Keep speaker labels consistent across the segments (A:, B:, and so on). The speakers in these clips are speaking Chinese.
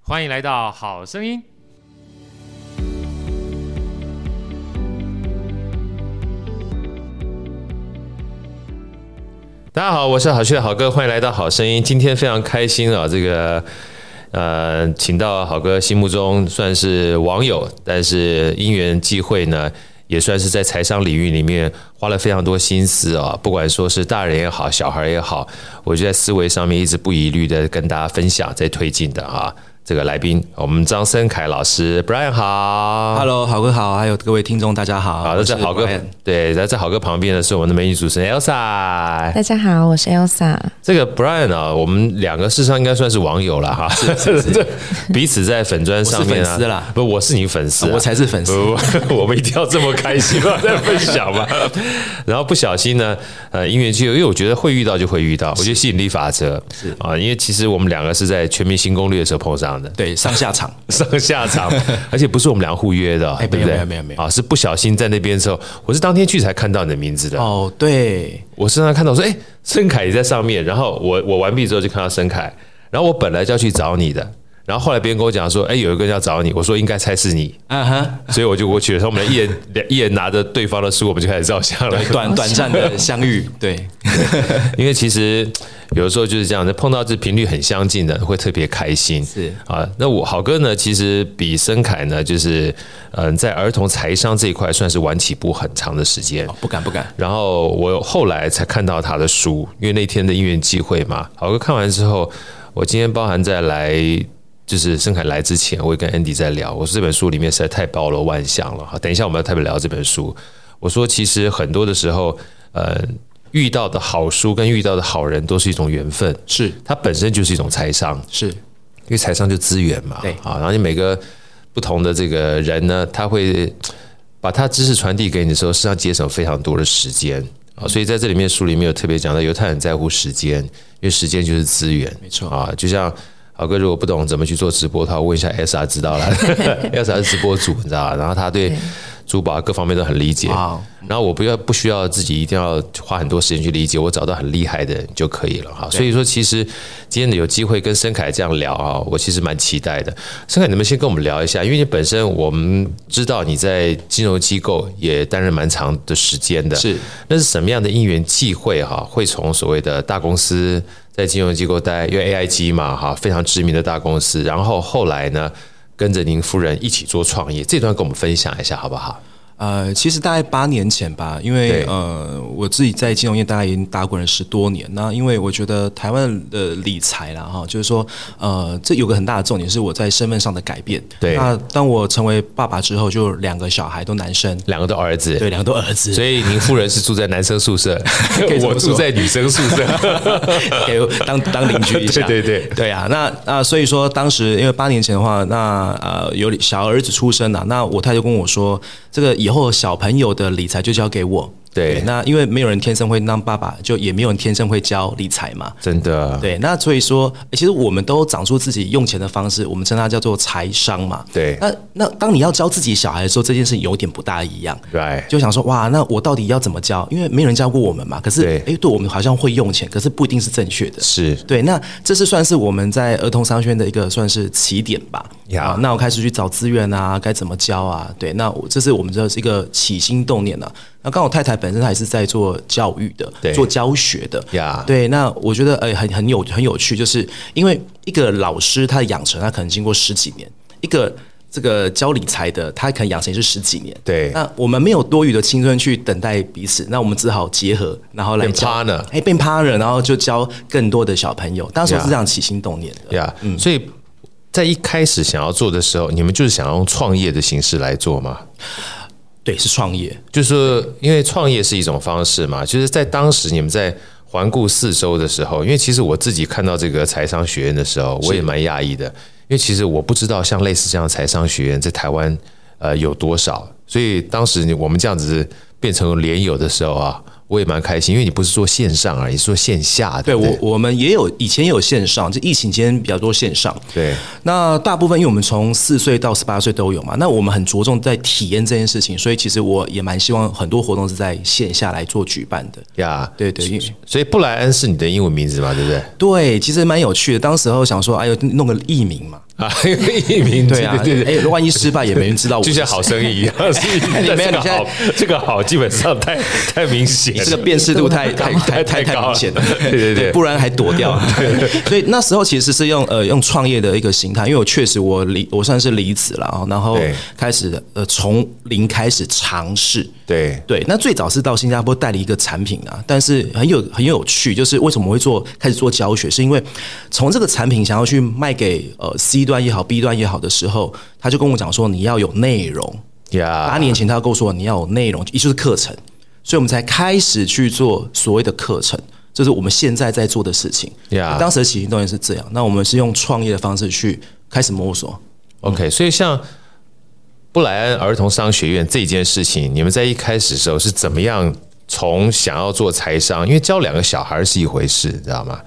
A: 欢迎来到《好声音》。
B: 大家好，我是好趣的好哥，欢迎来到《好声音》。今天非常开心啊，这个呃，请到好哥心目中算是网友，但是因缘际会呢，也算是在财商领域里面花了非常多心思啊。不管说是大人也好，小孩也好，我就在思维上面一直不遗余力的跟大家分享，在推进的啊。这个来宾，我们张森凯老师，Brian 好
C: Hello，好哥好，还有各位听众大家啊好。
B: 好，那在
C: 我是
B: 好哥
C: Brian
B: 对，那在好哥旁边的是我们的美女主持人 Elsa。
D: 大家好，我是 Elsa。
B: 这个 Brian 啊，我们两个事实上应该算是网友了哈， 这彼此在粉砖上面、啊、
C: 我是粉丝啦
B: 不，我是你粉丝啊、
C: 我才是粉丝
B: 不不不 我们一定要这么开心嘛，在分享嘛。然后不小心呢，呃，因缘际会，因为我觉得会遇到就会遇到，我觉得吸引力法则啊，因为其实我们两个是在《全民新攻略》的时候碰上的，
C: 对上下场，
B: 上下场，而且不是我们俩互约的，
C: 哎
B: 对不对？
C: 没有没有没有没有
B: 啊，是不小心在那边的时候，我是当天去才看到你的名字的。
C: 哦对，
B: 我身上看到说，哎、申凯也在上面。然后我我完毕之后就看到申凯，然后我本来就要去找你的，然后后来别人跟我讲说，哎、有一个人要找你，我说应该猜是你，
C: 嗯哼，
B: 所以我就过去了。然后我们一人两一人拿着对方的书，我们就开始照相了
C: 对。短短暂 的相遇，对，
B: 因为其实有的时候就是这样的，碰到这频率很相近的，会特别开心。
C: 是
B: 啊，那我好哥呢，其实比申凯呢，就是嗯、呃在儿童财商这一块算是晚起步很长的时间。
C: 哦不敢不敢，
B: 然后我后来才看到他的书，因为那天的因缘际会嘛。好哥看完之后，我今天包含在来就是盛凯来之前，我也跟 Andy 在聊，我说这本书里面实在太包罗万象了哈。等一下我们要特别聊这本书，我说其实很多的时候，呃，遇到的好书跟遇到的好人都是一种缘分，
C: 是
B: 它本身就是一种财商。
C: 是
B: 因为财商就资源嘛，
C: 对
B: 啊，然后你每个不同的这个人呢，他会把他知识传递给你的时候，实际上节省非常多的时间啊，所以在这里面书里面有特别讲到，犹太人在乎时间，因为时间就是资源，
C: 没错
B: 啊，就像。好哥，如果不懂怎么去做直播的话，问一下 S R 知道了，S R 是直播主，你知道吧？然后他对珠宝啊各方面都很理解，
C: 哇，哦
B: 然后我不要不需要自己一定要花很多时间去理解，我找到很厉害的人就可以了哈。所以说，其实今天有机会跟申凯这样聊啊，我其实蛮期待的。申凯，你们先跟我们聊一下，因为你本身我们知道你在金融机构也担任蛮长的时间的，
C: 是
B: 那是什么样的因缘际会哈、会从所谓的大公司在金融机构待，因为 AIG 嘛哈、非常知名的大公司，然后后来呢跟着您夫人一起做创业，这段跟我们分享一下好不好？
C: 呃，其实大概八年前吧，因为
B: 对
C: 呃，我自己在金融业大概已经打滚了十多年。那因为我觉得台湾的理财啦，哈，就是说，呃，这有个很大的重点是我在身份上的改变。
B: 对
C: 那当我成为爸爸之后，就两个小孩都男生，
B: 两个都儿子，
C: 对，两个都儿子，
B: 所以您夫人是住在男生宿舍
C: 可以，这么说
B: 我住在女生宿 舍。
C: 给我当当邻居一 下。
B: 对对对
C: 对啊，那那所以说当时因为八年前的话，那呃有小儿子出生了、啊那我太太就跟我说，这个以后小朋友的理财就交给我。
B: 对
C: 那因为没有人天生会当爸爸，就也没有人天生会教理财嘛。
B: 真的，
C: 对，那所以说，诶其实我们都长出自己用钱的方式，我们称它叫做财商嘛。
B: 对
C: 那那当你要教自己小孩的时候，这件事有点不大一样。
B: ，right，
C: 就想说哇，那我到底要怎么教？因为没有人教过我们嘛。可是
B: 对
C: 诶，对我们好像会用钱，可是不一定是正确的。
B: 是
C: 对，那这是算是我们在儿童商学院的一个算是起点吧。
B: 呀
C: 啊，那我开始去找资源啊，该怎么教啊？对，那我这是我们这是一个起心动念啊。那刚好太太本身她也是在做教育
B: 对
C: 的，做教学的
B: 呀
C: 对，那我觉得呃很很有很有趣，就是因为一个老师他的养成，他可能经过十几年，一个。这个教理财的，他可能养成也是十几年。
B: 对
C: 那我们没有多余的青春去等待彼此，那我们只好结合，然后来
B: 变
C: 教
B: partner
C: 哎，变 partner，然后就教更多的小朋友。当时我是这样起心动念的。
B: 呀，所以在一开始想要做的时候，你们就是想要用创业的形式来做吗？
C: 对，是创业。
B: 就是因为创业是一种方式嘛，就是在当时你们在环顾四周的时候，因为其实我自己看到这个财商学院的时候，我也蛮讶异的，因为其实我不知道像类似这样的财商学院在台湾呃有多少，所以当时你我们这样子变成连友的时候啊，我也蛮开心，因为你不是做线上而已，是做线下的，
C: 对
B: 不
C: 我，我们也有以前也有线上，就疫情期间比较多线上。
B: 对
C: 那大部分因为我们从四岁到十八岁都有嘛，那我们很着重在体验这件事情，所以其实我也蛮希望很多活动是在线下来做举办的。
B: 呀，
C: 对对，因为
B: 所以布莱恩是你的英文名字嘛，对不对？
C: 对，其实蛮有趣的。当时候想说，哎呦，弄个艺名嘛，
B: 啊，艺名
C: 对啊，
B: 对对，
C: 哎，万一失败也没人知道我
B: 就是
C: 谁。
B: 像好生意一 样，是一
C: 你
B: 但这
C: 没
B: 个
C: 有你现在
B: 好，这个好基本上 太太明显了，
C: 这个辨识度 太太太
B: 太
C: 太
B: 高了
C: 太 明显了，
B: 对对对
C: 不然还躲 掉。所以那时候其实是用呃用创业的一个形态，因为我确实我离我算是离职了啊，然后
B: 对
C: 开始呃从零开始尝试。
B: 对
C: 对，那最早是到新加坡代理一个产品啊，但是很有很有趣，就是为什么会做开始做教学，是因为从这个产品想要去卖给呃 C 端也好，B 端也好的时候，他就跟我讲说你要有内容，
B: 呀，
C: 啊八年前他就跟我说你要有内容，也就是课程，所以我们才开始去做所谓的课程，这是我们现在在做的事情。
B: Yeah
C: 当时的起心动念是这样，那我们是用创业的方式去开始摸索。
B: OK，所以像布莱恩儿童商学院这件事情，你们在一开始的时候是怎么样从想要做财商？因为教两个小孩是一回事，你知道吗？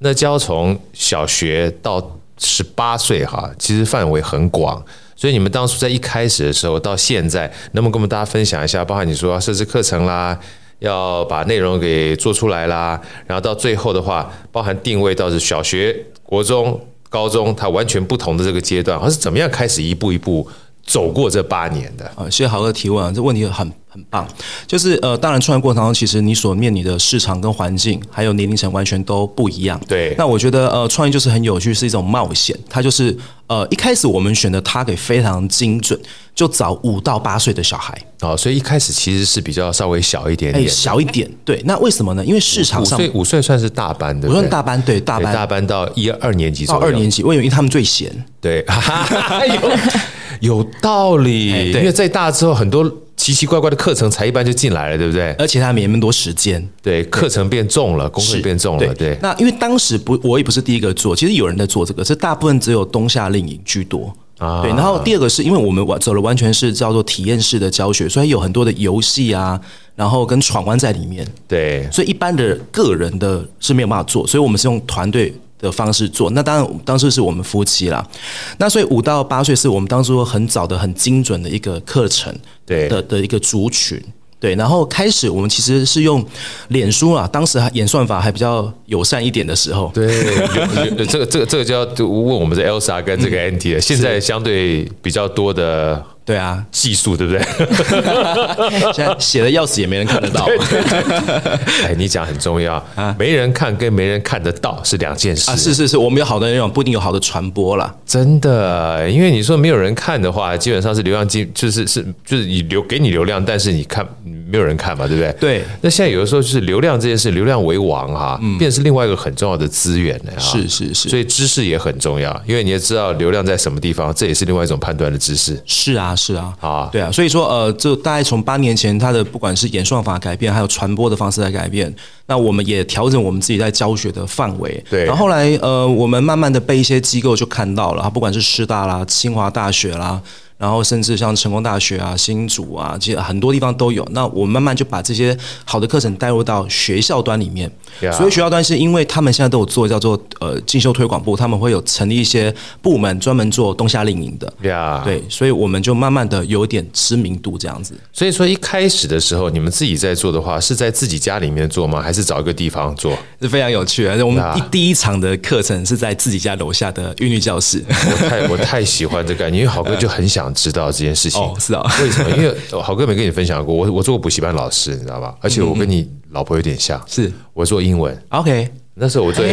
B: 那教从小学到十八岁哈，其实范围很广。所以你们当初在一开始的时候到现在，能不能跟我们大家分享一下？包含你说要设置课程啦，要把内容给做出来啦，然后到最后的话，包含定位到是小学、国中、高中，它完全不同的这个阶段，它是怎么样开始一步一步走过这八年的？
C: 呃，谢谢豪哥提问啊，这问题很很棒。就是呃，当然创业过程当中，其实你所面临的市场跟环境，还有年龄层完全都不一样。
B: 对
C: 那我觉得呃，创业就是很有趣，是一种冒险。它就是呃，一开始我们选的 target 非常精准，就找五到八岁的小孩，
B: 哦，所以一开始其实是比较稍微小一点
C: 哎、
B: 点，
C: 小一点。对，那为什么呢？因为市场
B: 五
C: 上
B: 岁五岁算是大班，对不
C: 我
B: 对？
C: 算大班，对大
B: 对
C: 班
B: 大班到一二年级左
C: 到
B: 右，
C: 二年级，我以为他们最闲。
B: 对， 有有道理，
C: 哎对
B: 因为在大之后，很多奇奇怪怪的课程才一般就进来了，对不对？
C: 而且他们也没那么多时间，
B: 对，课程变重了，功课
C: 是
B: 变重了，对。
C: 那因为当时不，我也不是第一个做，其实有人在做这个，这大部分只有东夏令营居多。
B: 啊
C: 对，然后第二个是因为我们完走了完全是叫做体验式的教学，所以有很多的游戏啊，然后跟闯关在里面，
B: 对
C: 所以一般的个人的是没有办法做，所以我们是用团队的方式做。那当然，当时是我们夫妻啦。那所以五到八岁是我们当初很早的、很精准的一个课程
B: 对
C: 的的一个族群。对，然后开始我们其实是用脸书啊，当时还演算法还比较友善一点的时候，
B: 对，有有这个这个这个就要问我们的 Elsa 跟这个
C: 嗯
B: Andy 了。现在相对比较多的
C: 对啊，
B: 技术，对不对？
C: 现在写的要死也没人 看得到。
B: 哎，你讲很重要，没人看跟没人看得到是两件事
C: 啊，是是是，我们有好的内容，不一定有好的传播啦。
B: 真的，因为你说没有人看的话，基本上是流量进，就是是就是你流给你流量，但是你看没有人看嘛，对不对？
C: 对嗯
B: 那现在有的时候就是流量这件事，流量为王哈、便是另外一个很重要的资源了、啊。
C: 是是是，
B: 所以知识也很重要，因为你也知道流量在什么地方，这也是另外一种判断的知识。
C: 是啊，是啊，
B: 啊
C: 对啊，所以说，呃，这大概从八年前，它的不管是演算法改变，还有传播的方式在改变，那我们也调整我们自己在教学的范围。
B: 对
C: 然后后来，呃，我们慢慢的被一些机构就看到了，它不管是师大啦、清华大学啦，然后甚至像成功大学啊、新竹啊，其实很多地方都有。那我们慢慢就把这些好的课程带入到学校端里面。
B: Yeah
C: 所以学校端是因为他们现在都有做叫做呃进修推广部，他们会有成立一些部门专门做冬夏令营的。
B: 呀，，
C: 对，所以我们就慢慢的有点知名度这样子。
B: 所以说一开始的时候，你们自己在做的话，是在自己家里面做吗？还是找一个地方做？
C: 是非常有趣的。我们
B: 啊
C: 第第一场的课程是在自己家楼下 的韵律教室。
B: 我太我太喜欢这概念，因为好哥就很想知道这件事情。
C: 哦，是啊，
B: 为什么？因为哦好哥没跟你分享过，我我做过补习班老师，你知道吧？而且我跟你老婆有点 像，
C: 是
B: 我做英文。
C: OK。
B: 那时候我做，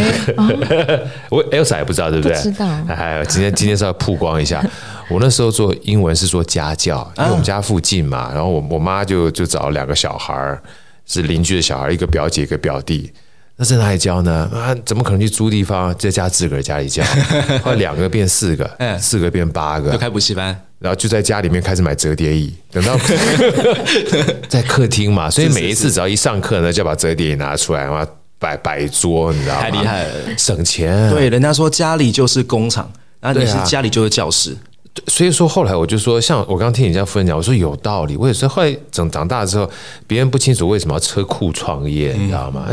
B: 我 Elsa 也不知道，对不对？
A: 哎哦不知道
B: 哎，今天今天是要曝光一下。 我那时候做英文是做家教，
A: 啊
B: 因为我们家附近嘛，然后我我妈就就找两个小孩儿，是邻居的小孩，一个表姐一个表弟。那在哪里教呢？啊，怎么可能去租地方，在家自个儿家 里教？后来两个变四个，
C: 嗯
B: 四个变八个
C: 就，开补习班，
B: 然后就在家里面开始买折叠椅，等 到在客厅嘛，所以每一次只要一上课呢，就把折叠椅拿出来嘛，摆摆桌，你知道吗？
C: 太厉害了，
B: 省钱。，
C: 对，人家说家里就是工厂，然后你
B: 对
C: 是
B: 啊
C: 家里就是教室，
B: 所以说后来我就说，像我刚听你这样夫人讲，我说有道理。我也是后来整长大之后，别人不清楚为什么要车库创业，你知道吗？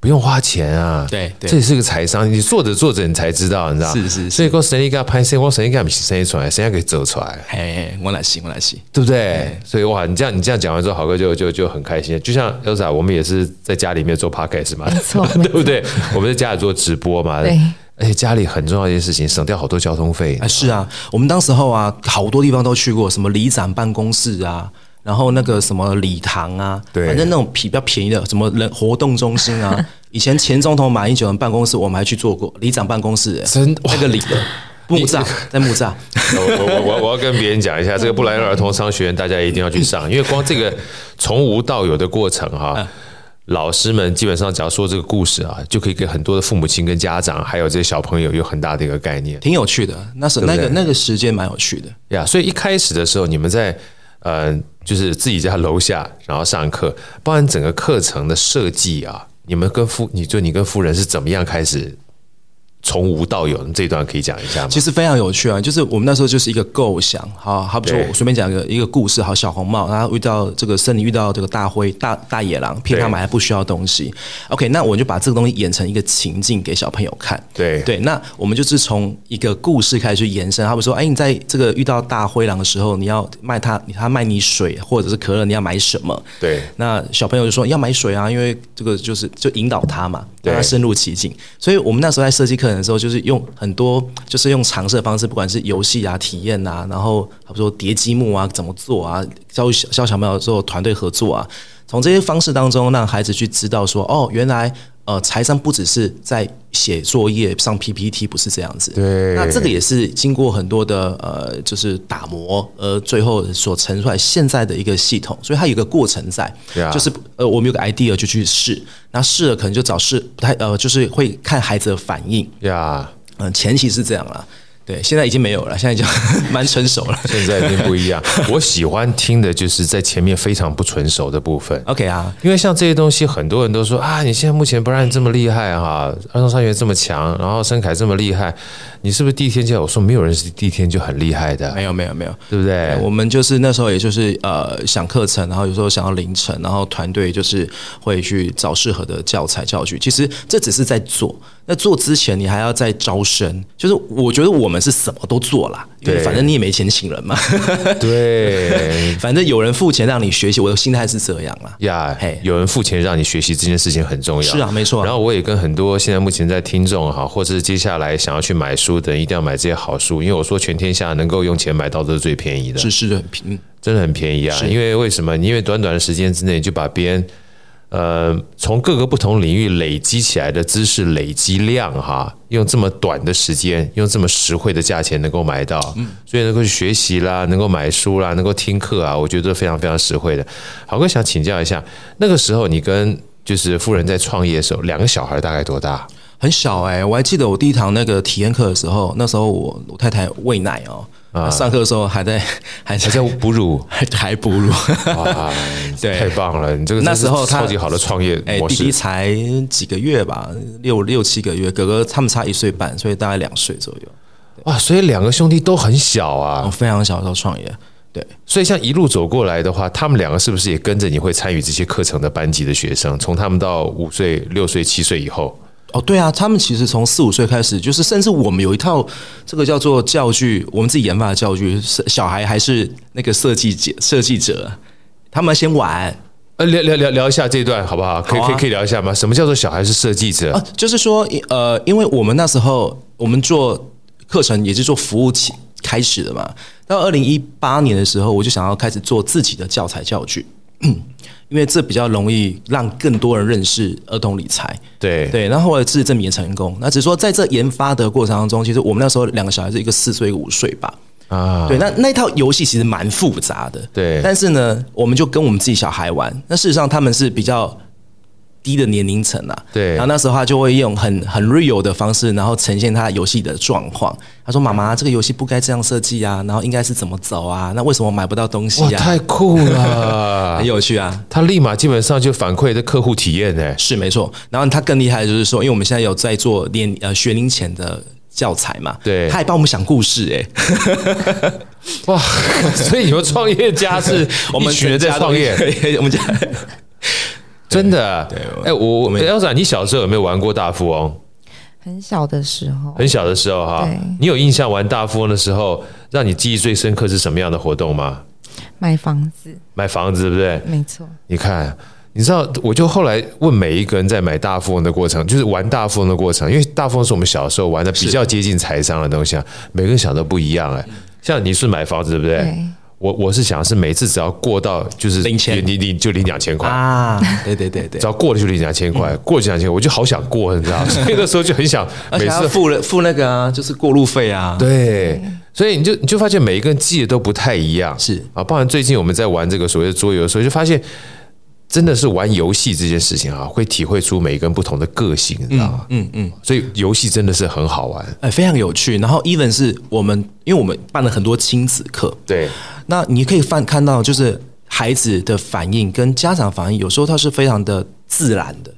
B: 不用花钱啊，
C: 嗯对对
B: 这也是个财商。你做着做着，你才知道，你知道？
C: 是是是
B: 所以说生意干拍生意，我生意干不是生意出来，生意给走出来。
C: 嘿嘿，我来行，我来行，
B: 对不对？所以哇，你这样你这样讲完之后，好哥就就就很开心。就像 Elsa，我们也是在家里面做 podcast 嘛，
A: 没错
B: 对不对？我们在家里做直播嘛，
A: 对。
B: 而且家里很重要的一件事情，省掉好多交通费。
C: 哎，是啊，我们当时候啊，好多地方都去过，什么里长办公室啊，然后那个什么礼堂啊，
B: 对
C: 反正那种比比较便宜的，什么人活动中心啊， 以前前总统马英九的办公室我们还去做过，里长办公室、哎
B: 真哇
C: 那个里的木栅在木 栅，
B: 我 我我我要跟别人讲一下，这个布莱恩儿童商学院大家一定要去上，因为光这个从无到有的过程哈、老师们基本上只要说这个故事啊，就可以给很多的父母亲跟家长，还有这些小朋友有很大的一个概念
C: 挺有趣的。那时候那
B: 对
C: 个
B: 不
C: 那个时间蛮有趣的，
B: 呀。所以一开始的时候，你们在呃，就是自己家楼下，然后上课，包含整个课程的设计啊，你们跟夫，你就你跟夫人是怎么样开始从无到有？这一段可以讲一下吗？
C: 其实非常有趣啊。就是我们那时候就是一个构想，好好比说
B: 对
C: 我随便讲一个一个故事，好小红帽，然后遇到这个森林遇到这个大灰大大野狼，骗他
B: 对
C: 买他不需要东西。OK，那我就把这个东西演成一个情境给小朋友看。
B: 对
C: 对，那我们就是从一个故事开始去延伸。他们说，哎，你在这个遇到大灰狼的时候，你要卖他，他卖你水或者是可乐，你要买什么？
B: 对
C: 那小朋友就说要买水啊，因为这个就是就引导他嘛，
B: 对
C: 让他深入其境。所以我们那时候在设计课程的时候，就是用很多就是用尝试的方式，不管是游戏啊、体验啊，然后比如说叠积木啊怎么做啊，教小教小朋友做团队合作啊，从这些方式当中让孩子去知道说，哦，原来。呃，财商不只是在写作业、上 PPT，不是这样子。
B: 对
C: 那这个也是经过很多的呃，就是打磨，呃，最后所成出来现在的一个系统，所以它有一个过程在。
B: 对啊
C: 就是呃，我们有个 idea 就去试，那试了可能就找试不太呃，就是会看孩子的反应，
B: 呀，
C: 嗯、前期是这样啦，对，现在已经没有了，现在已经 蛮成熟了。
B: 现在已经不一样。我喜欢听的就是在前面非常不纯熟的部分。
C: OK 啊，
B: 因为像这些东西，很多人都说啊，你现在目前不让你这么厉害哈、儿童商学院这么强，然后申凯这么厉害，你是不是第一天就？我说没有人是第一天就很厉害的，
C: 没有没有没有，
B: 对不对？
C: 哎我们就是那时候也就是呃想课程，然后有时候想到凌晨，然后团队就是会去找适合的教材教具。其实这只是在做，那做之前你还要再招生，就是我觉得我们是什么都做啦，因为
B: 对
C: 反正你也没钱请人嘛，
B: 对
C: 反正有人付钱让你学习，我的心态是这样啊啦。
B: 呀
C: 嘿，
B: 有人付钱让你学习这件事情很重要。
C: 是啊，没错
B: 然
C: 啊，
B: 后我也跟很多现在目前在听众哈，或者是接下来想要去买书的人，一定要买这些好书，因为我说全天下能够用钱买到的是最便宜的。
C: 是是的，很平
B: 真的很便宜啊！因为为什么？因为短短的时间之内你就把别人呃从各个不同领域累积起来的知识累积量哈，用这么短的时间，用这么实惠的价钱能够买到，
C: 嗯
B: 所以能够去学习啦，能够买书啦，能够听课啊，我觉得非常非常实惠的。好哥想请教一下，那个时候你跟就是夫人在创业的时候，两个小孩大概多大？
C: 很小哎、我还记得我第一堂那个体验课的时候，那时候我我太太喂奶哦、上课的时候还在 还
B: 还
C: 在
B: 在哺乳
C: 还 还哺乳，
B: 哇，
C: 对
B: 太棒了！你这个
C: 那
B: 真是
C: 时候他
B: 超级好的创业
C: 哎、
B: 模
C: 弟
B: 式，
C: 弟才几个月吧，六六七个月，哥哥他们差一岁半，所以大概两岁左右。
B: 哇！所以两个兄弟都很小啊，
C: 我非常小的时候创业，对，
B: 所以，像一路走过来的话，他们两个是不是也跟着你会参与这些课程的班级的学生？从他们到五岁、六岁、七岁以后，
C: 哦，对啊，他们其实从四五岁开始，就是甚至我们有一套这个叫做教具，我们自己研发的教具，是小孩还是那个设计者设计者，他们先玩。
B: 呃，聊聊聊聊一下这段好不好？哦可以、
C: 好啊
B: 可以可以聊一下吗？什么叫做小孩是设计者？
C: 啊，就是说，呃，因为我们那时候我们做课程也是做服务起开始的嘛，到二零一八年的时候，我就想要开始做自己的教材教具，嗯因为这比较容易让更多人认识儿童理财。
B: 对
C: 对，然后后来事实证明也成功。那只是说，在这研发的过程当中，其实我们那时候两个小孩是一个四岁，一个五岁吧。
B: 啊，
C: 对，那那一套游戏其实蛮复杂的。
B: 对
C: 但是呢，我们就跟我们自己小孩玩。那事实上他们是比较低的年龄层啊。
B: 对
C: 然后那时候他就会用很很 real 的方式，然后呈现他游戏的状况。他说：“妈妈，这个游戏不该这样设计啊，然后应该是怎么走啊？那为什么买不到东西
B: 哇，
C: 啊
B: 太酷？”了 哎
C: 很！有趣啊。
B: 他立马基本上就反馈的客户体验呢、
C: 是没错。然后他更厉害的就是说，因为我们现在有在做年呃学龄前的教材嘛，
B: 对
C: 他还帮我们想故事哎、
B: 哇， 所以你们创业家是
C: 我们
B: 一群人在创 业，，
C: 我们家
B: 真的。哎、我我elsa，你小时候有没有玩过大富翁？
A: 很小的时候，
C: 哎
B: 很小的时候哈
A: 对，
B: 你有印象玩大富翁的时候，让你记忆最深刻是什么样的活动吗？
A: 买房子，
B: 买房子，对不对？
A: 没错，
B: 你看，你知道，我就后来问每一个人在买大富翁的过程，就是玩大富翁的过程，因为大富翁是我们小时候玩的比较接近财商的东西啊，每个人想的不一样哎、像你是买房子对不对？
A: 对
B: 我我是想是每次只要过到就是
C: 零钱
B: 你你就领两千块。
C: 啊，对对 对对
B: 只，要过了就领两千块，过了就两千块，我就好想过，你知 道吗，所以那时候就很想
C: 而
B: 每
C: 且还要
B: 次
C: 付了付那个啊，就是过路费啊，
B: 对，所以你就你就发现每一个人记得都不太一样，
C: 是
B: 啊，包含最近我们在玩这个所谓的桌游的时候，就发现真的是玩游戏这件事情啊，会体会出每一个人不同的个性，你知道吗？嗯嗯，所以游戏真的是很好玩，
C: 哎，非常有趣。然后，even 是我们，因为我们办了很多亲子课，
B: 对，
C: 那你可以看看到，就是孩子的反应跟家长反应，有时候他是非常的自然的，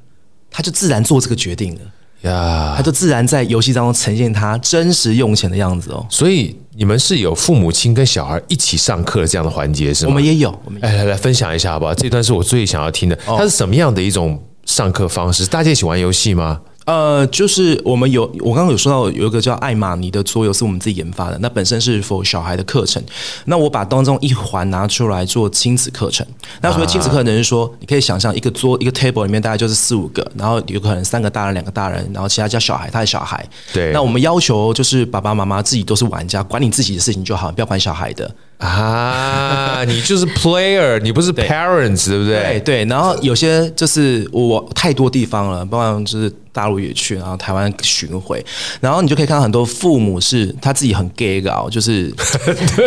C: 他就自然做这个决定了，
B: 呀
C: 他，就自然在游戏当中呈现他真实用钱的样子哦。
B: 所以你们是有父母亲跟小孩一起上课这样的环节是
C: 我
B: 吗
C: 们？也有，我们也
B: 哎，来来分享一下好不好？这段是我最想要听的，它是什么样的一种上课方式？大家一起玩游戏吗？
C: 呃，就是我们有，我刚刚有说到有一个叫艾玛尼的桌游是我们自己研发的，那本身是 for 小孩的课程。那我把当中一环拿出来做亲子课程。那所谓亲子课程是说，你可以想象一个桌一个 table 里面大概就是四五个，然后有可能三个大人、两个大人，然后其他叫小孩，他的小孩。
B: 对
C: 那我们要求就是爸爸妈妈自己都是玩家，管你自己的事情就好，不要管小孩的。
B: 啊， 你就是 player，你不是 parents，对不
C: 对
B: 对？
C: 哎对，然后有些就是我太多地方了，包括就是大陆也去，然后台湾巡回，然后你就可以看到很多父母是他自己很 gay 搞，就是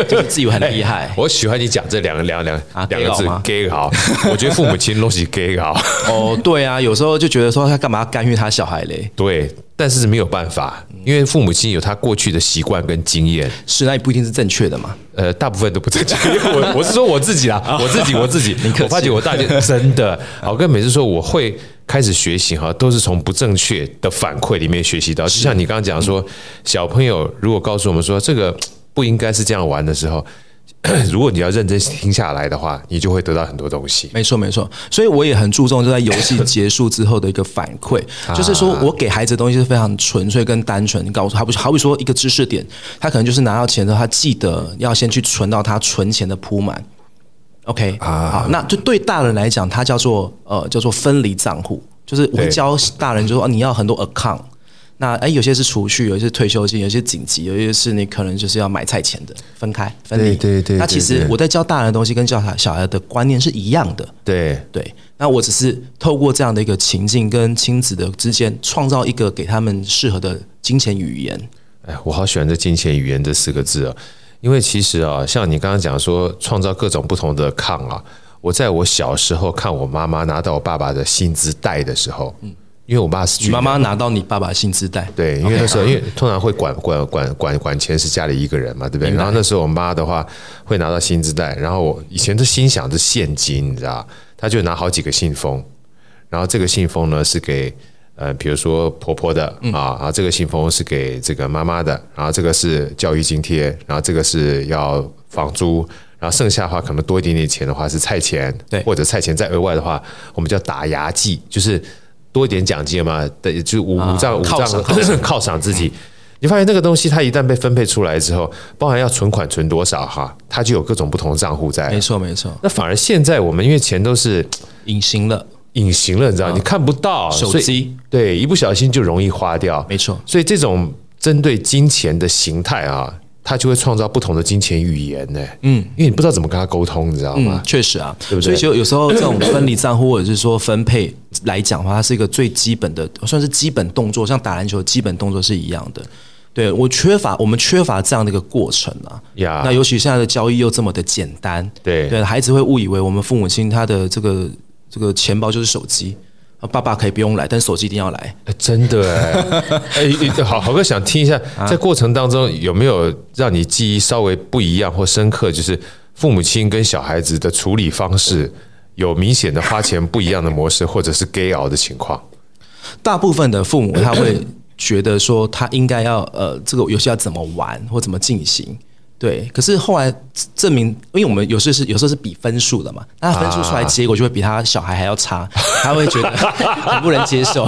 C: 就是自己很厉害。
B: 我喜欢你讲这两个两两
C: 啊
B: 两个
C: gay 佬
B: 字
C: 吗
B: gay 好，我觉得父母亲都是 gay 好，
C: 哦，对啊，有时候就觉得说他干嘛要干预他小孩嘞？
B: 对，但是没有办法，因为父母亲有他过去的习惯跟经验，
C: 是，那也不一定是正确的嘛。
B: 呃，大部分都不正确。因为 我我是说我自己啦，我自己我自己，我发觉我大学真的，好跟每次说我会开始学习哈，都是从不正确的反馈里面学习到。就像你刚刚讲说，小朋友如果告诉我们说这个不应该是这样玩的时候， 如果你要认真听下来的话，你就会得到很多东西。
C: 没错，没错。所以我也很注重就在游戏结束之后的一个反 馈，就是说我给孩子的东西是非常纯粹跟单纯，告诉他不好比说一个知识点，他可能就是拿到钱之后，他记得要先去存到他存钱的铺满。OK，、好，
B: 啊
C: 那就对大人来讲，它叫做呃叫做分离账户，就是我会
B: 对
C: 教大人就说、哦、你要很多 account。那哎，有些是储蓄，有些是退休金，有些紧急，有些是你可能就是要买菜钱的，分开分离。
B: 对对对
C: 那
B: 对
C: 其实
B: 对
C: 我在教大人的东西跟教小小孩的观念是一样的，
B: 对，
C: 对，那我只是透过这样的一个情境跟亲子的之间，创造一个给他们适合的金钱语言。
B: 哎，我好喜欢这“金钱语言”这四个字啊，因为其实啊，像你刚刚讲说创造各种不同的抗啊，我在我小时候看我妈妈拿到我爸爸的薪资袋的时候，嗯，因为我爸是
C: 你
B: 军
C: 妈
B: 人
C: 妈拿到你爸爸的薪资袋，
B: 对，因为那时候因为通常会管管管管管钱是家里一个人嘛，对不对？然后那时候我妈的话会拿到薪资袋，然后我以前都心想是现金，你知道，她就拿好几个信封，然后这个信封呢是给呃比如说婆婆的
C: 嗯
B: 啊，然后这个信封是给这个妈妈的，然后这个是教育津贴，然后这个是要房租。然后剩下的话，可能多一点点钱的话是菜钱，
C: 对
B: 或者菜钱再额外的话，我们叫打牙祭，就是多一点奖金嘛，对，就是五五脏五
C: 啊犒
B: 脏
C: 赏
B: 犒赏自己。你发现那个东西，它一旦被分配出来之后，包含要存款存多少哈，它就有各种不同的账户在
C: 没。错没错，
B: 那反而现在我们因为钱都是
C: 隐形了，
B: 隐形了，你知道，你看不到，
C: 啊手
B: 所以
C: 机
B: 对，一不小心就容易花掉。
C: 没错。
B: 所以这种针对金钱的形态啊，它就会创造不同的金钱语言呢。嗯，因为你不知道怎么跟他沟通，你知道吗
C: 嗯，？确实啊，
B: 对不对
C: 所以就有时候这种分离账户或者是说分配来讲的话，它是一个最基本的，算是基本动作，像打篮球的基本动作是一样的。对我缺乏，我们缺乏这样的一个过程啊。
B: 呀
C: 那尤其现在的交易又这么的简单，
B: 对
C: 对，孩子会误以为我们父母亲他的这个这个钱包就是手机，啊爸爸可以不用来，但手机一定要来。
B: 哎真的 哎、哎哎，好好哥想听一下，在过程当中有没有让你记忆稍微不一样或深刻？就是父母亲跟小孩子的处理方式有明显的花钱不一样的模式，或者是 gay 熬的情况。
C: 大部分的父母他会觉得说他应该要呃这个游戏要怎么玩或怎么进行。对，可是后来证证明，因为我们有时候是有时候是比分数的嘛，那他分数出来结果就会比他小孩还要差，他会觉得很不能接受。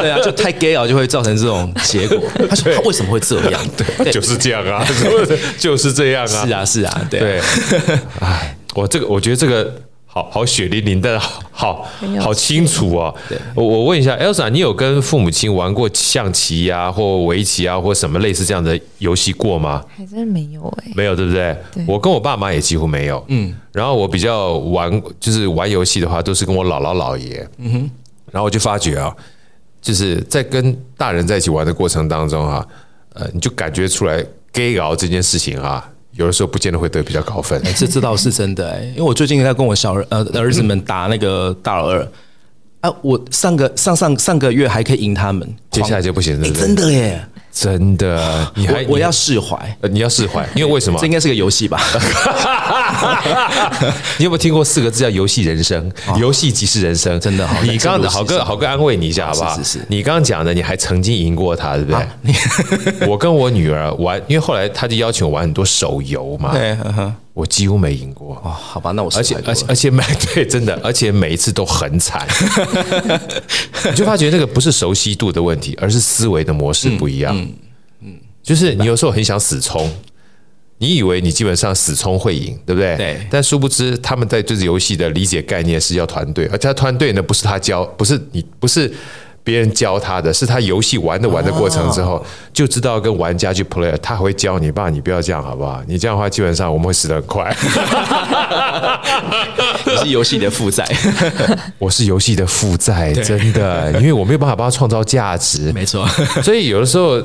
C: 对啊，就太 gay 了，就会造成这种结果。他说他为什么会这样？对，
B: 就是这样啊， 是不是就是这样啊。
C: 是啊，是啊，对啊
B: 对，哎，我这个我觉得这个好好血淋淋，但是好好
A: 很有
B: 好清楚哦。我我问一下，Elsa，你有跟父母亲玩过象棋呀、或围棋啊，或什么类似这样的游戏过吗？
A: 还真没有哎、
B: 没有，对不对？
A: 对
B: 我跟我爸妈也几乎没有。嗯，然后我比较玩就是玩游戏的话，都是跟我姥姥姥爷。嗯哼，然后我就发觉啊，就是在跟大人在一起玩的过程当中啊，呃，你就感觉出来 gay 熬这件事情啊，有的时候不见得会得比较高分。
C: 这这倒是真的、欸，因为我最近在跟我小儿呃儿子们打那个大老二，啊，我上个上上上个月还可以赢他们，
B: 接下来就不行，对
C: 哎
B: 不对？
C: 真的耶，
B: 真的，你还
C: 我我要释怀，
B: 呃你要释怀，因为为什么
C: 这？应该是个游 戏吧？
B: 你有没有听过四个字叫“游戏人生”？游戏即是人生，
C: 啊真的好
B: 你刚
C: 这个游戏
B: 好哥
C: 是
B: 好哥安慰你一下好不好？
C: 是啊是是
B: 你刚刚讲的，你还曾经赢过他，对不对？我跟我女儿玩，因为后来她就邀请我玩很多手游嘛，
C: 对，呵呵
B: 我几乎没赢过。
C: 哦，好吧，那我释
B: 而且
C: 怀过
B: 而且
C: 了。
B: 而且每 对真的，而且每一次都很惨， 你就发觉那个不是熟悉度的问题，而是思维的模式不一样。嗯，就是你有时候很想死冲，你以为你基本上死冲会赢，对不对？
C: 对
B: 但殊不知，他们在对这游戏的理解概念是要团队，而且他团队呢不是他教，不是你，不是。别人教他的是他游戏玩的玩的过程之后，就知道跟玩家去 play，他还会教你爸，你不要这样好不好？你这样的话，基本上我们会死得很快。
C: 你是游戏的负债，
B: 我是游戏的负债，真 的，因为我没有办法帮他创造价值。
C: 没错，
B: 所以有的时候，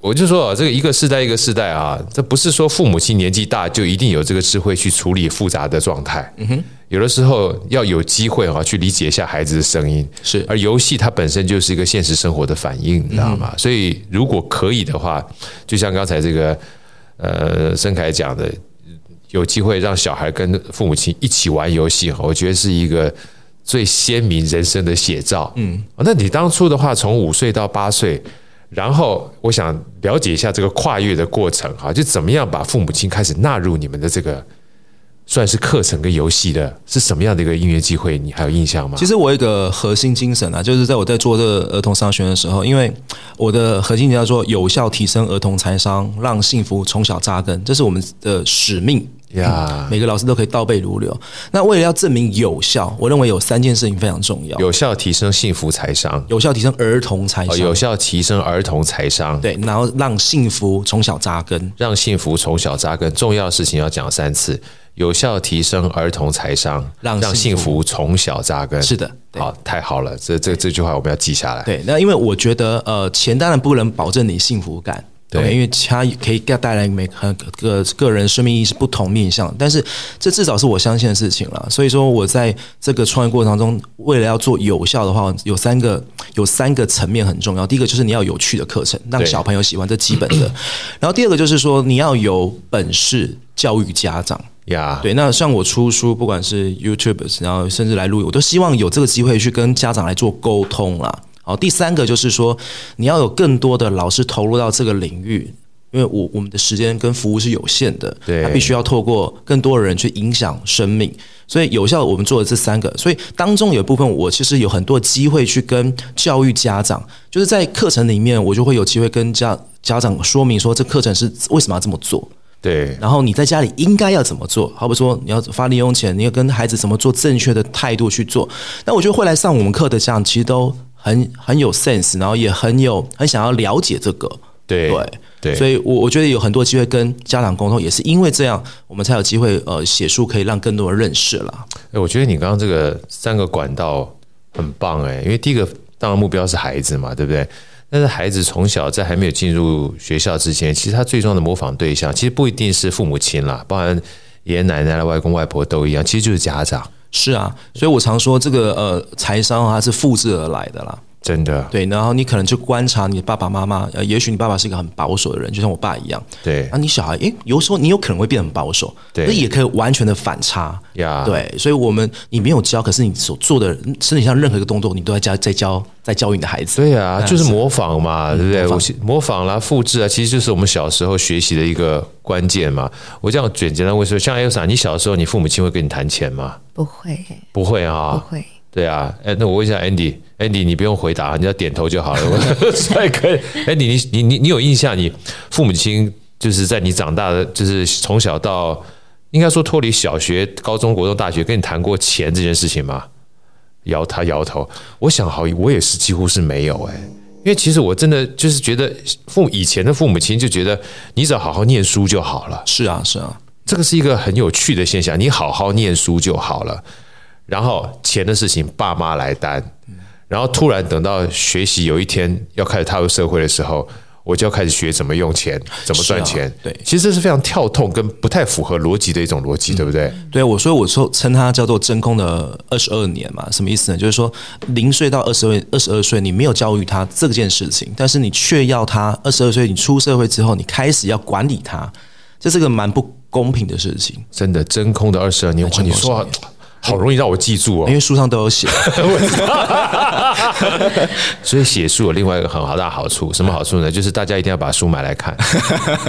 B: 我就说啊这个一个世代一个世代啊，这不是说父母亲年纪大就一定有这个智慧去处理复杂的状态。嗯哼，有的时候要有机会啊，去理解一下孩子的声音。
C: 是
B: 而游戏它本身就是一个现实生活的反应，你知道吗？所以如果可以的话，就像刚才这个呃盛凯讲的，有机会让小孩跟父母亲一起玩游戏，我觉得是一个最鲜明人生的写照。嗯，那你当初的话，从五岁到八岁，然后我想了解一下这个跨越的过程哈，就怎么样把父母亲开始纳入你们的这个算是课程跟游戏的，是什么样的一个音乐机会？你还有印象吗？
C: 其实我有一个核心精神啊，就是在我在做这个儿童商学院的时候，因为我的核心叫做有效提升儿童财商，让幸福从小扎根，这是我们的使命。嗯
B: 呀，
C: 每个老师都可以倒背如流。那为了要证明有效，我认为有三件事情非常重要：
B: 有效提升幸福财商，
C: 有效提升儿童财
B: 哦
C: 商，
B: 有效提升儿童财商，
C: 对，然后让幸福从小扎根。
B: 让幸福从小扎根。重要事情要讲三次：有效提升儿童财商，
C: 让
B: 幸
C: 幸
B: 福从小扎根。
C: 是的对
B: 好，太好了，这这这句话我们要记下来。
C: 对，那因为我觉得，呃，钱当然不能保证你幸福感，
B: 对
C: OK，因为它可以带来每很个个人生命意义是不同面向，但是这至少是我相信的事情了。所以说，我在这个创业过程当中，为了要做有效的话，有三个有三个层面很重要。第一个就是你要有有趣的课程，让
B: 对
C: 小朋友喜欢，这基本的。然后第二个就是说，你要有本事教育家长。
B: 呀，
C: 对，那像我出书，不管是 YouTube，然后甚至来录影，我都希望有这个机会去跟家长来做沟通啦。好，第三个就是说，你要有更多的老师投入到这个领域，因为我我们的时间跟服务是有限的，
B: 对
C: 它必须要透过更多的人去影响生命。所以有效，我们做的这三个，所以当中有一部分我其实有很多机会去跟教育家长，就是在课程里面，我就会有机会跟家家长说明说，这课程是为什么要这么做。
B: 对
C: 然后你在家里应该要怎么做？好比说你要发零用钱，你要跟孩子怎么做正确的态度去做。那我觉得会来上我们课的家长其实都很很有 sense，然后也很有很想要了解这个。
B: 对
C: 对
B: 对
C: 所以我我觉得有很多机会跟家长沟通，也是因为这样，我们才有机会呃写书可以让更多人认识啦。
B: 哎，我觉得你刚刚这个三个管道很棒哎，因为第一个当然目标是孩子嘛，对不对？但是孩子从小在还没有进入学校之前，其实他最重要的模仿对象，其实不一定是父母亲啦，包含爷爷奶奶、外公外婆都一样，其实就是家长，
C: 是啊，所以我常说这个呃财商啊它是复制而来的啦。
B: 真的。
C: 对，然后你可能就观察你的爸爸妈妈，呃，也许你爸爸是一个很保守的人，就像我爸一样。
B: 对
C: 啊，你小孩，诶，有时候你有可能会变得很保守，
B: 对啊
C: 那也可以完全的反差。
B: 呀，
C: 对，所以我们你没有教，可是你所做的身体上任何一个动作，你都在教在教在教育你的孩子。
B: 对啊，就是模仿嘛，对不对？
C: 嗯模仿
B: 我是模仿啦、复制啊，其实就是我们小时候学习的一个关键嘛。我这样简简单问说，像 Elsa，你小时候你父母亲会跟你谈钱吗？
A: 不会欸、
B: 不会
A: 不
B: 啊，
A: 会。
B: 对啊。哎，那我问一下 Andy，Andy 你不用回答，你只要点头就好了。我 帅哥，Andy，你你你你有印象你父母亲就是在你长大的，就是从小到。应该说脱离小学、高中、国中、大学，跟你谈过钱这件事情吗？摇他摇头。我想好，我也是几乎是没有哎、因为其实我真的就是觉得父母以前的父母亲就觉得你只要好好念书就好了，
C: 是啊，是啊，
B: 这个是一个很有趣的现象。你好好念书就好了，然后钱的事情爸妈来担，然后突然等到学习有一天要开始踏入社会的时候，我就要开始学怎么用钱，怎么赚钱
C: 嗯是。啊对
B: 其实这是非常跳痛跟不太符合逻辑的一种逻辑，对不对？
C: 对啊我，所以我说称它叫做真空的二十二年嘛，什么意思呢？就是说零岁到二十二二十二岁，你没有教育他这件事情，但是你却要他二十二岁你出社会之后，你开始要管理他，这是个蛮不公平的事情，
B: 真的真空的二十二年，哇，
C: 真空
B: 你说
C: 12
B: 好
C: 年
B: 好容易让我记住哦
C: 因。为书上都有写。
B: 所以写书有另外一个很好大的好处，什么好处呢？就是大家一定要把书买来看，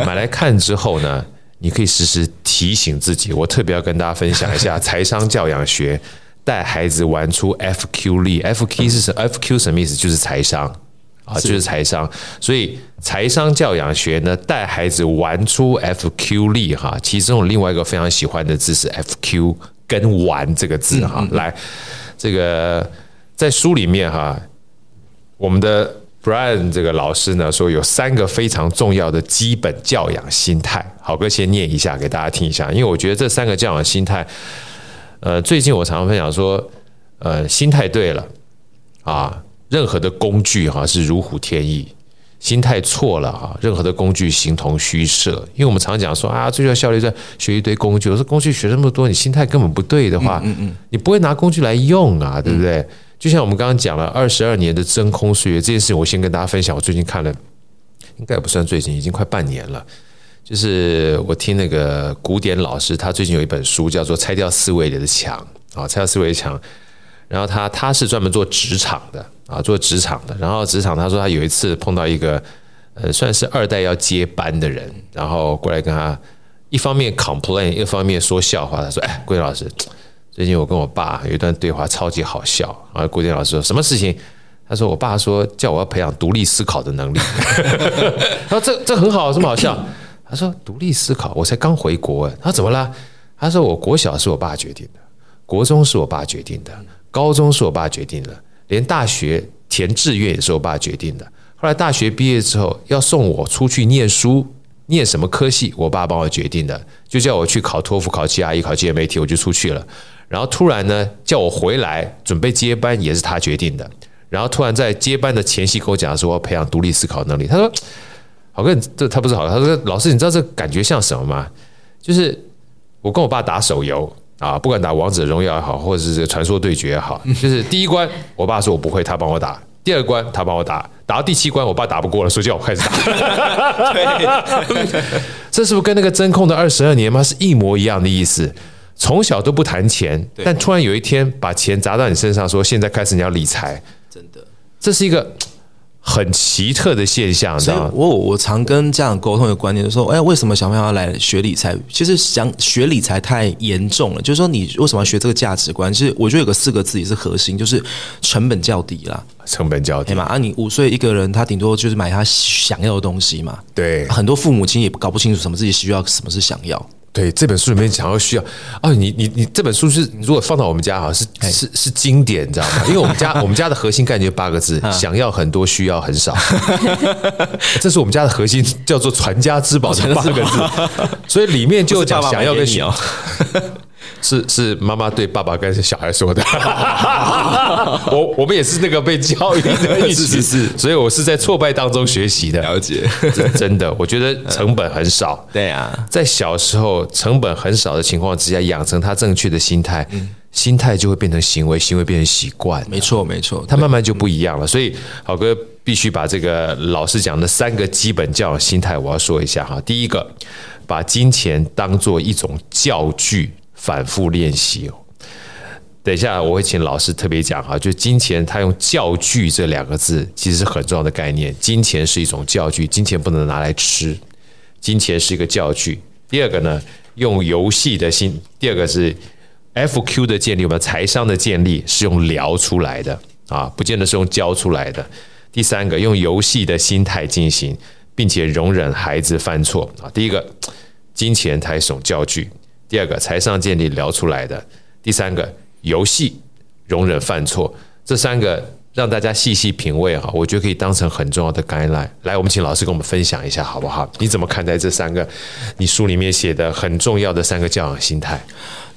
B: 买来看之后呢，你可以时时提醒自己。我特别要跟大家分享一下财商教养学，带孩子玩出 FQ 力。FQ 是什 FQ 什么意思？就是财商。啊，就是财商，所以财商教养学呢，带孩子玩出 FQ 力哈。其中有另外一个非常喜欢的字是 FQ 跟玩这个字哈。来，这个在书里面哈，我们的 Brian 这个老师呢说有三个非常重要的基本教养心态。好哥先念一下给大家听一下，因为我觉得这三个教养心态，呃，最近我常常分享说，呃，心态对了啊，任何的工具哈、是如虎添翼。心态错了啊，任何的工具形同虚设。因为我们常讲说啊，最需要效率在学一堆工具。我说工具学这么多，你心态根本不对的话，你不会拿工具来用啊，对不对？就像我们刚刚讲了二十二年的真空岁月这件事情，我先跟大家分享。我最近看了，应该也不算最近，已经快半年了。就是我听那个古典老师，他最近有一本书叫做《拆掉思维里的墙》啊，拆掉思维的墙。然后他他是专门做职场的啊，做职场的。然后职场他说他有一次碰到一个呃，算是二代要接班的人，然后过来跟他一方面 complain，一方面说笑话。他说：“哎，桂老师，最近我跟我爸有一段对话超级好笑。”然后郭建老师说：“什么事情？”他说：“我爸说叫我要培养独立思考的能力。”他说：“这这很好，有什么好笑？” 他说：“独立思考，我才刚回国。”他说：“怎么啦？”他说：“我国小是我爸决定的，国中是我爸决定的，高中是我爸决定的，连大学填志愿也是我爸决定的。后来大学毕业之后，要送我出去念书，念什么科系，我爸帮我决定的，就叫我去考托福、考 GRE、考 GMAT，我就出去了。然后突然呢，叫我回来准备接班，也是他决定的。然后突然在接班的前夕跟我讲说，我要培养独立思考能力。他说：“好哥，你这他不是好哥，他说老师，你知道这感觉像什么吗？就是我跟我爸打手游啊，不管打王者荣耀也好，或者是这个传说对决也 好，就是第一关我爸说我不会，他帮我打；第二关他帮我打，打到第七关我爸打不过了，所以叫我开始打。这是不是跟那个真空的二十二年吗？是一模一样的意思。从小都不谈钱，但突然有一天把钱砸到你身上说现在开始你要理财，
C: 真的。
B: 这是一个很奇特的现象，你知
C: 所以
B: 道吗？
C: 我我常跟家长沟通的观念就是说，哎，为什么小朋友要来学理财？其实想学理财太严重了，就是说你为什么要学这个价值观？其实我觉得有个四个字也是核心，就是成本较低啦，
B: 成本较低
C: 对嘛？，啊，你五岁一个人，他顶多就是买他想要的东西嘛。
B: 对
C: 很多父母亲也搞不清楚什么自己需要，什么是想要。
B: 对，这本书里面讲到需要啊，你你你这本书是如果放到我们家哈，是
C: 哎
B: 是是经典，你知道吗？因为我们 家我们家的核心概念就八个
C: 嗯
B: 字：想要很多，需要很少。 这是我们家的核心，叫做传家之宝这八个字。所以里面就有讲想要跟需要，
C: 哦
B: 是是妈妈对爸爸跟小孩说的。 我我们也是那个被教 育的一群，
C: 是是是
B: 所以我是在挫败当中学习的。
C: 了 解，
B: 这 真的，我觉得成本很少。
C: 对啊，
B: 在小时候成本很少的情况之下，养成他正确的心态，心态就会变成行为，行为变成习惯，
C: 嗯没错没错，
B: 他慢慢就不一样了。所以好哥必须把这个老师讲的三个基本教养心态，我要说一下哈。第一个，把金钱当做一种教具，反复练习哦。等一下，我会请老师特别讲啊哈，就金钱，他用“教具”这两个字，其实是很重要的概念。金钱是一种教具，金钱不能拿来吃，金钱是一个教具。第二个呢，用游戏的心，第二个是 FQ 的建立，我们财商的建立是用聊出来的啊，不见得是用教出来的。第三个，用游戏的心态进行，并且容忍孩子犯错啊。第一个，金钱它是一种教具；第二个才上建立聊出来的，第三个游戏容忍犯错，这三个让大家细细品味哈，我觉得可以当成很重要的 guideline。来，我们请老师跟我们分享一下好不好？你怎么看待这三个你书里面写的很重要的三个教养心态？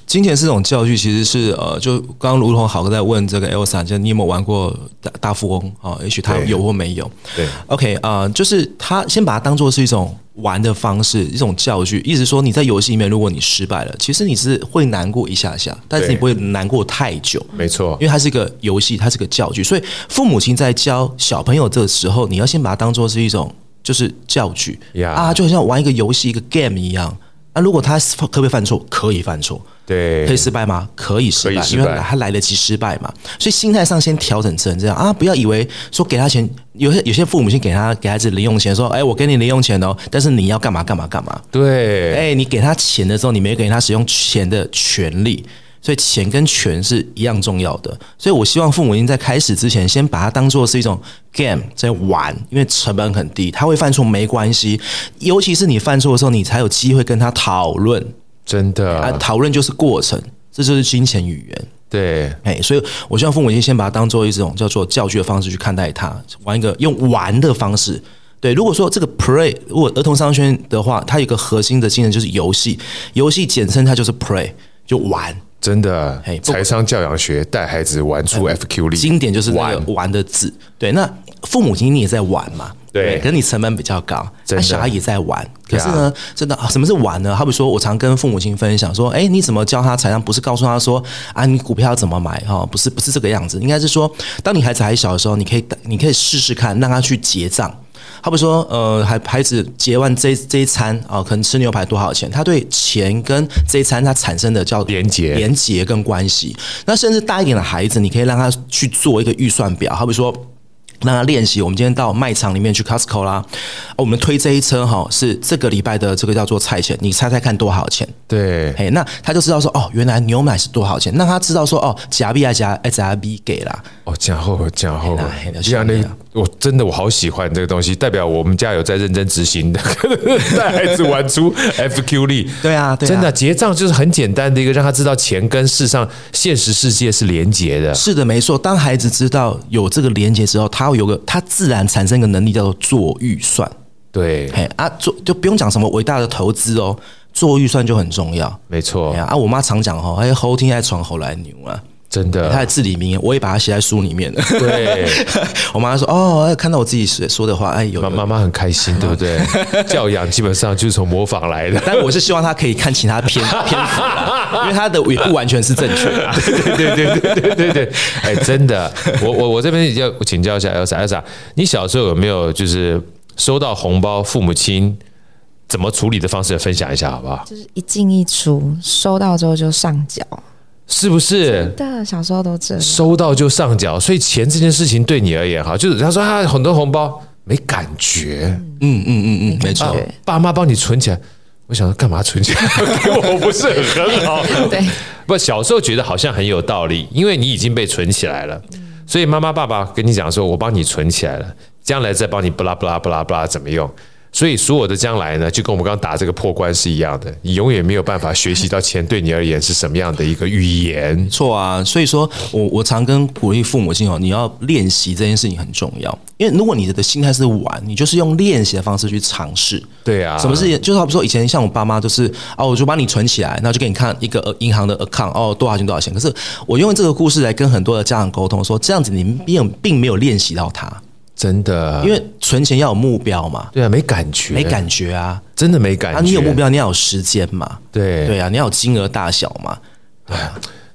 C: 金钱是种教育，其实是呃，就刚刚如同好哥在问这个 Elsa，就你有没有玩过大大富翁啊、也许他
B: 对
C: 有或没有。
B: 对
C: OK 啊、就是他先把它当做是一种玩的方式，一种教育，意思说你在游戏里面，如果你失败了，其实你是会难过一下下，但是
B: 对
C: 你不会难过太久。
B: 没错
C: 因，为它是一个游戏，它是个教具，所以父母亲在教小朋友这个时候，你要先把它当做是一种就是教具
B: Yeah
C: 啊，就好像玩一个游戏一个 game 一样。那、如果他可不可以犯错？可以犯错，
B: 对
C: 可以失败吗？可以失败，
B: 可以失
C: 因为
B: 败
C: 他来得及失败嘛。所以心态上先调整成这样啊，不要以为说给他钱，有些有些父母亲给他给孩子零用钱，说，哎、我给你零用钱哦，但是你要干嘛干嘛干嘛。
B: 对，
C: 哎、你给他钱的时候，你没给他使用钱的权利，所以钱跟权是一样重要的。所以我希望父母亲在开始之前，先把它当做是一种 game 在玩，因为成本很低，他会犯错没关系。尤其是你犯错的时候，你才有机会跟他讨论
B: 真的，
C: 啊，讨论就是过程，这就是金钱语言。
B: 对，
C: 哎，所以我希望父母亲先把它当做一种叫做教具的方式去看待它，玩一个用玩的方式。对，如果说这个 play，如果儿童商学院的话，它有一个核心的精神就是游戏，游戏简称它就是 play，就玩。
B: 真的
C: 嘿，不哎
B: 财商教养学带孩子玩出 FQ 力，
C: 经典就是那
B: 玩
C: 个玩的字。对，那父母亲你也在玩嘛？
B: 对
C: 可是你成本比较高，
B: 真
C: 那、
B: 的
C: 小孩也在玩。可是呢，真的、啊什么是玩呢？好比说，我常跟父母亲分享说，哎，你怎么教他财商？不是告诉他说啊，你股票要怎么买哈、哦？不是，不是这个样子。应该是说，当你孩子还小的时候，你可以你可以试试看，让他去结账。好比说，呃，孩孩子结完这这一餐啊、可能吃牛排多少钱？他对钱跟这一餐他产生的叫
B: 连结
C: 连结跟关系。那甚至大一点的孩子，你可以让他去做一个预算表，好比说。让他练习。我们今天到卖场里面去 Costco 啦，哦我们推这一车哈是这个礼拜的这个叫做菜钱，你猜猜看多少钱？
B: 对，
C: 嘿，那他就知道说哦，原来牛奶是多少钱。那他知道说哦，假币啊假 S R B 给啦，
B: 哦，讲后讲后
C: 嘿啦嘿啦，
B: 这样
C: 哎
B: 那
C: 是啊这样
B: 我真的我好喜欢这个东西，代表我们家有在认真执行的， 带孩子玩出 FQ 力。
C: 对啊对啊
B: 真的结账就是很简单的一个，让他知道钱跟世上现实世界是连结的。
C: 是的，没错。当孩子知道有这个连接之后，他会有个他自然产生一个能力叫做做预算。
B: 对，
C: 嘿啊，做就不用讲什么伟大的投资哦，做预算就很重要。
B: 没错
C: 哎，呀啊，我妈常讲吼，哎，后天爱床后来牛啊。
B: 真
C: 她
B: 的
C: 的，至理名言，我也把它写在书里面。
B: 呃对，
C: 我妈说：“哦，看到我自己说说的话，哎，有。
B: 妈
C: 有
B: 妈妈很开心，对不对？ 教养基本上就是从模仿来的”。
C: 但我是希望她可以看其他 篇篇幅啦，因为她的也不完全是正确的。
B: 对对对对对对，哎，真的，我我我这边要请教一下 Elsa，Elsa，你小时候有没有就是收到红包，父母亲怎么处理的方式分享一下好不好？
A: 就是一进一出，收到之后就上缴。
B: 是不是？
A: 对，啊小时候都这样。
B: 收到就上缴，所以钱这件事情对你而言哈，就是人家说啊，很多红包没感觉，
C: 嗯嗯嗯嗯，没错
B: 啊。
A: 对，
B: 爸妈帮你存起来。我想说干嘛存起来给我不是很好？
A: 对，
B: 不，小时候觉得好像很有道理，因为你已经被存起来了，所以妈妈爸爸跟你讲说，我帮你存起来了，将来再帮你不啦不啦不啦不啦怎么用。所以所有的将来呢，就跟我们刚刚打这个破关是一样的，你永远没有办法学习到钱对你而言是什么样的一个语言。
C: 错啊，所以说我我常跟鼓励父母亲哦，你要练习这件事情很重要，因为如果你的心态是玩，你就是用练习的方式去尝试。
B: 对啊，
C: 什么事情？就是好比说以前像我爸妈，就是哦，我就帮你存起来，那就给你看一个呃银行的 account，哦，多少钱多少钱。可是我用这个故事来跟很多的家长沟通，说这样子你并并没有练习到它，
B: 真的？
C: 因为存钱要有目标嘛，
B: 对啊，没感觉，
C: 没，感觉啊，
B: 真的没感觉。
C: 啊，你有目标，你要有时间嘛，
B: 对
C: 对啊，你要有金额大小 嘛，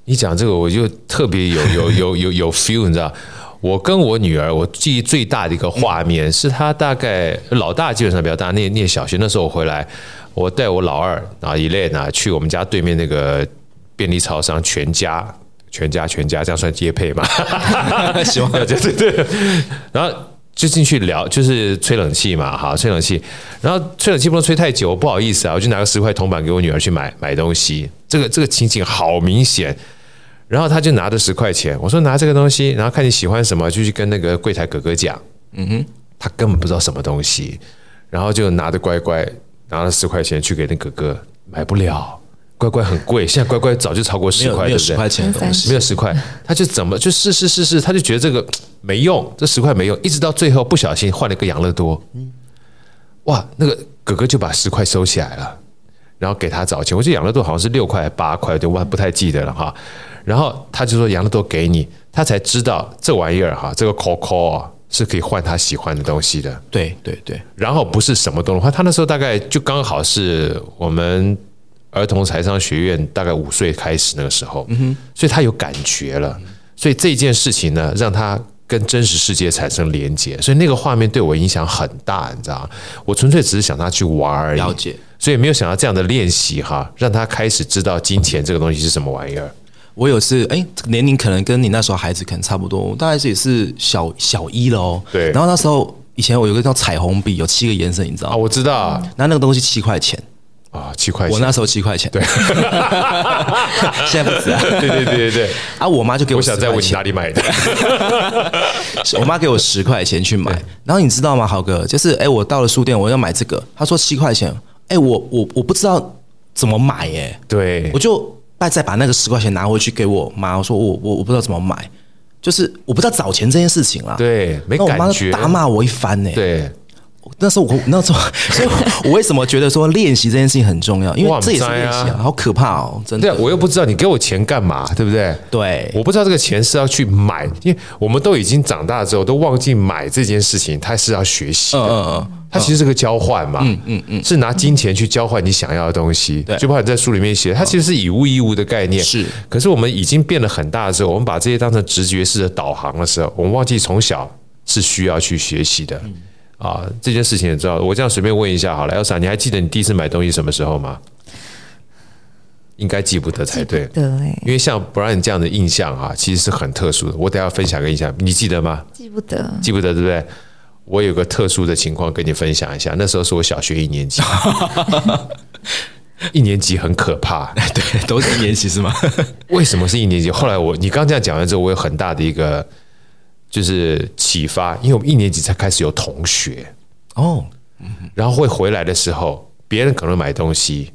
B: 你讲这个，我就特别有有有有有 feel，你知道？我跟我女儿，我记忆最大的一个画面是她大概老大基本上比较大，念念小学那时候我回来，我带我老二啊一类呢去我们家对面那个便利超商全家。全家全家这样算接配吗？
C: 喜欢
B: 对对对。然后就进去聊，就是吹冷气嘛，哈，吹冷气。然后吹冷气不能吹太久，不好意思啊，我就拿个十块铜板给我女儿去买买东西。这个这个情景好明显。然后她就拿着十块钱，我说拿这个东西，然后看你喜欢什么，就去跟那个柜台哥哥讲。
C: 嗯
B: 他根本不知道什么东西，然后就拿着乖乖拿了十块钱去给那哥哥，买不了，乖乖很贵，现在乖乖早就超过
C: 没
B: 十
C: 有
B: 块，
C: 没有
B: 对不
C: 十
B: 对？
C: 块钱的东
B: 没
C: 西，
B: 有十块，他就怎么就试试试试，他就觉得这个没用，这十块没用，一直到最后不小心换了一个养乐多，哇，那个哥哥就把十块收起来了，然后给他找钱，我记得养乐多好像是六块八块，对，我不太记得了哈。然后他就说养乐多给你，他才知道这玩意儿哈，这个 COCO 啊是可以换他喜欢的东西的。
C: 对对对，
B: 然后不是什么东西，他那时候大概就刚好是我们儿童财商学院大概五岁开始那个时候，所以他有感觉了，所以这件事情呢，让他跟真实世界产生连接，所以那个画面对我影响很大，你知道吗？我纯粹只是想他去玩而已，
C: 了解。
B: 所以没有想到这样的练习哈，让他开始知道金钱这个东西是什么玩意儿。
C: 我有次，哎、年龄可能跟你那时候孩子可能差不多，我大概是也是小小一了哦。
B: 对
C: 然后那时候以前我有一个叫彩虹笔，有七个颜色，你知道
B: 啊，
C: 吗？
B: 我知道啊，
C: 那那个东西七块钱，
B: 啊七块
C: 我
B: 钱，
C: 那时候七块钱，对， 现在不止啊。
B: 对对对对对，
C: 啊，我妈就给
B: 我
C: 我
B: 想
C: 10
B: 再问
C: 块
B: 你
C: 钱，
B: 哪里买的？
C: 我妈给我十块钱去买。然后你知道吗，豪哥，就是哎、我到了书店，我要买这个，她说七块钱，哎、我我我不知道怎么买、哎，
B: 对
C: 我，就再再把那个十块钱拿回去给我妈，我说我我我不知道怎么买，就是我不知道找钱这件事情啦。
B: 对，没
C: 那我妈
B: 感觉，
C: 大骂我一番呢、
B: 对。
C: 那时候我 那时候，所以我我为什么觉得说练习这件事情很重要？因
B: 哇
C: 为这也是
B: 不知道
C: 练习
B: 呀
C: 啊，好可怕哦，真
B: 对啊
C: 的。，
B: 我又不知道你给我钱干嘛，对不对？
C: 对
B: 我不知道这个钱是要去买，因为我们都已经长大之后都忘记买这件事情，它是要学习
C: 嗯
B: 的。
C: 嗯嗯，
B: 它其实是个交换嘛，嗯嗯嗯，是拿金钱去交换你想要的东西，
C: 对
B: 就包括你在书里面写的，它其实是以物易物的概念，
C: 是。
B: 可是我们已经变得很大之后，我们把这些当成直觉式的导航的时候，我们忘记从小是需要去学习的，啊，这件事情也知道。我这样随便问一下好了，Elsa，你还记得你第一次买东西什么时候吗？应该记不得才对。
A: 得哎，
B: 因为像 Brian 这样的印象啊，其实是很特殊的。我等一下分享个印象，你记得吗？
A: 记不得。
B: 记不得对不对？我有个特殊的情况跟你分享一下，那时候是我小学一年 级，一年级很可怕。
C: 对， 都是练习是吗？
B: 为什么是一年级？后来我你刚这样讲完之后，我有很大的一个就是启发，因为我们一年级才开始有同学，
C: 哦，
B: 然后会回来的时候，别人可能买东西，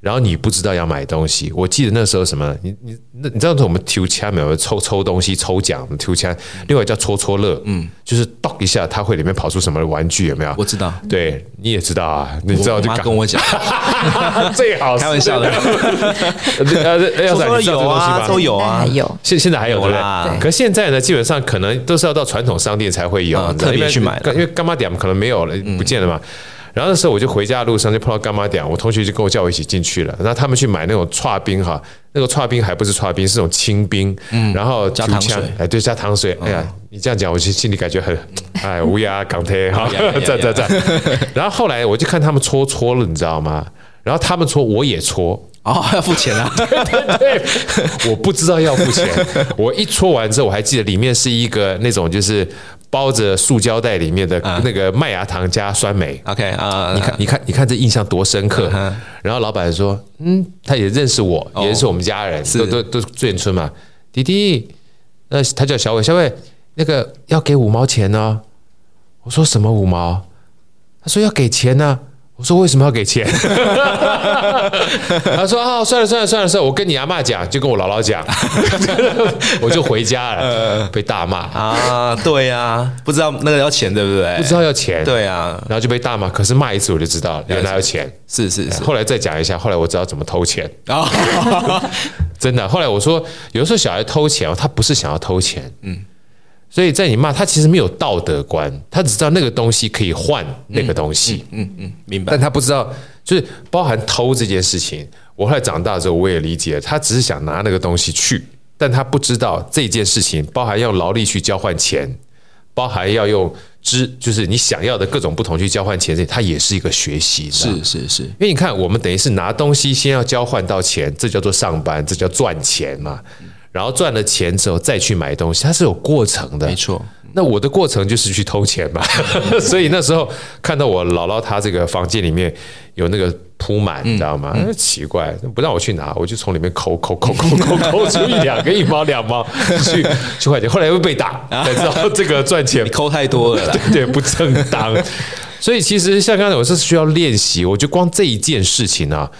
B: 然后你不知道要买东西。我记得那时候什么，你你那你知道我们抽签没有？抽抽东西抽奖，抽签，另外叫戳戳乐，嗯，就是咚一下，它会里面跑出什么玩具有没有？
C: 我知道，
B: 对，你也知道啊，你知道
C: 我
B: 就
C: 妈
B: 赶
C: 跟我讲，
B: 最好是
C: 开玩 笑的，
B: 呃，要
C: 说
B: 是
C: 说
B: 你知道这
C: 有
B: 个东西
C: 啊，
B: 吗？
C: 都有啊
A: 还，有
B: 现现在还有对
C: 有
B: 不
C: 啦
B: 对？
C: 对
B: 可现在呢，基本上可能都是要到传统商店才会有，
C: 啊
B: 你知道
C: 特别
B: 因为
C: 去买的嗯
B: 因为干妈点可能没有了，不见了嘛。然后那时候我就回家的路上就碰到干妈点，我同学就跟我叫我一起进去了。然后他们去买那种刨冰哈，那个刨冰还不是刨冰，是那种清冰，然后
C: 嗯加糖
B: 竹签
C: 水嗯
B: 哎，对，加糖水。哎呀，你这样讲，我其实心里感觉 很，哎，乌鸦港铁哈
C: 呀呀 呀，
B: 赞赞赞。然后后来我就看他们搓搓了，你知道吗？然后他们搓，我也搓，
C: 哦，要付钱啊，
B: 对，我不知道要付钱。我一搓完之后，我还记得里面是一个那种就是包着塑胶袋里面的那个麦芽糖加酸梅。
C: OK 啊，嗯
B: 你看，你看，你看这印象多深刻。然后老板说：“嗯，他也认识我，
C: 哦
B: 也认识我们家人，都都都最远村嘛。弟弟，那他叫小伟，小伟那个要给五毛钱呢、我说什么五毛？他说要给钱呢、我说为什么要给钱？ 他说啊，算了算了算了算了，我跟你阿嬷讲，就跟我姥姥讲， 我就回家
C: 嗯
B: 了，被大骂，
C: 啊，对呀，不知道那个要钱对不对？
B: 不知道要钱，，
C: 对呀，
B: 然后就被大骂。可是骂一次我就知道了原来要钱。
C: 是是是，
B: 后来再讲一下，后来我知道怎么偷钱，
C: 啊，
B: 真的。后来我说，有的时候小孩偷钱哦，他不是想要偷钱，嗯，所以在你骂他，其实没有道德观，他只知道那个东西可以换那个东西，
C: 嗯嗯，明白
B: 但。他不知道，就是包含偷这件事情。我后来长大之后，我也理解，他只是想拿那个东西去，但他不知道这件事情包含用劳力去交换钱，包含要用知，就是你想要的各种不同去交换钱，这它也是一个学习，是
C: 是是是，
B: 因为你看，我们等于是拿东西先要交换到钱，这叫做上班，这叫赚钱嘛。然后赚了钱之后再去买东西，它是有过程的。
C: 没错。
B: 那我的过程就是去偷钱嘛， 所以那时候看到我姥姥她这个房间里面有那个铺
C: 嗯
B: 满，你知道吗？那奇怪，不让我去拿，我就从里面抠抠抠抠抠抠出一两个一毛两毛去去换钱，后来又被 打，才知道这个赚钱
C: 你抠太多了啦。
B: 对对，不正当。所以其实像刚才我是需要练习，我觉得光这一件事情啊，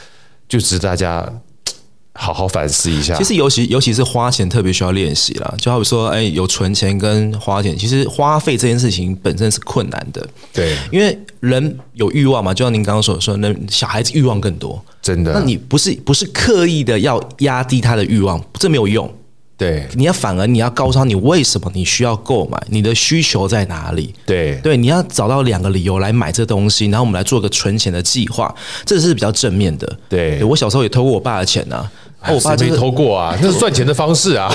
B: 就值得大家嘖好好反思一下。
C: 其实尤其尤其是花钱特别需要练习啦，就好比说，哎，有存钱跟花钱，其实花费这件事情本身是困难的，
B: 对，
C: 因为人有欲望嘛，就像您刚刚所说，那小孩子欲望更多，
B: 真的，
C: 那你不是不是刻意的要压低他的欲望，这没有用。
B: 对
C: 你要反而你要告诉他你为什么你需要购买，你的需求在哪里。
B: 对
C: 对，你要找到两个理由来买这东西，然后我们来做个存钱的计划，这是比较正面的。
B: 对
C: 我小时候也偷过我爸的钱呐、啊，
B: 哎
C: 我爸
B: 谁
C: 就
B: 没
C: 是
B: 偷过 啊，那是赚钱的方式啊。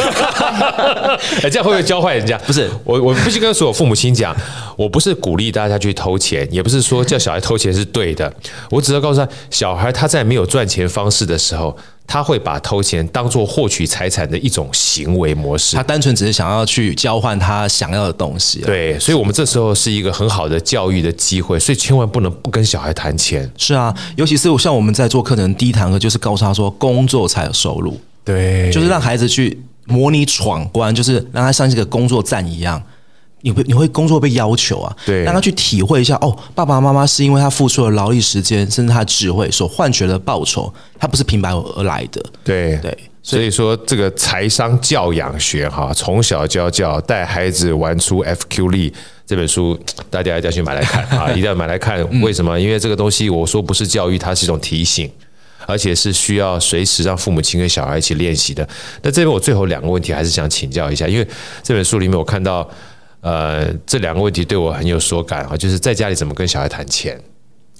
B: 哎，这样会不会教坏人 家？不
C: 是
B: 我我必须跟所有父母亲讲，我不是鼓励大家去偷钱，也不是说叫小孩偷钱是对的，我只是告诉他，小孩他在没有赚钱方式的时候，他会把偷钱当做获取财产的一种行为模式
C: 他。单纯只是想要去交换他想要的东西、啊。，
B: 对，所以我们这时候是一个很好的教育的机会，所以千万不能不跟小孩谈钱。
C: 是啊，尤其是像我们在做课程第一堂课，就是告诉他说工作才有收入，
B: 对，
C: 就是让孩子去模拟闯关，就是让他像是个工作站一样。你会你会工作被要求啊，
B: 对
C: 让他去体会一下哦，爸爸妈妈是因为他付出了劳力时间，甚至他的智慧所换取的报酬，他不是平白而来的。
B: 对
C: 对，
B: 所以说这个财商教养学哈，从小教教带孩子玩出 FQ 力这本书，大家一定要去买来看 啊，一定要买来看。为什么？因为这个东西我说不是教育，它是一种提醒。而且是需要随时让父母亲跟小孩一起练习的。那这边我最后两个问题还是想请教一下，因为这本书里面我看到，呃，这两个问题对我很有所感啊，就是在家里怎么跟小孩谈钱。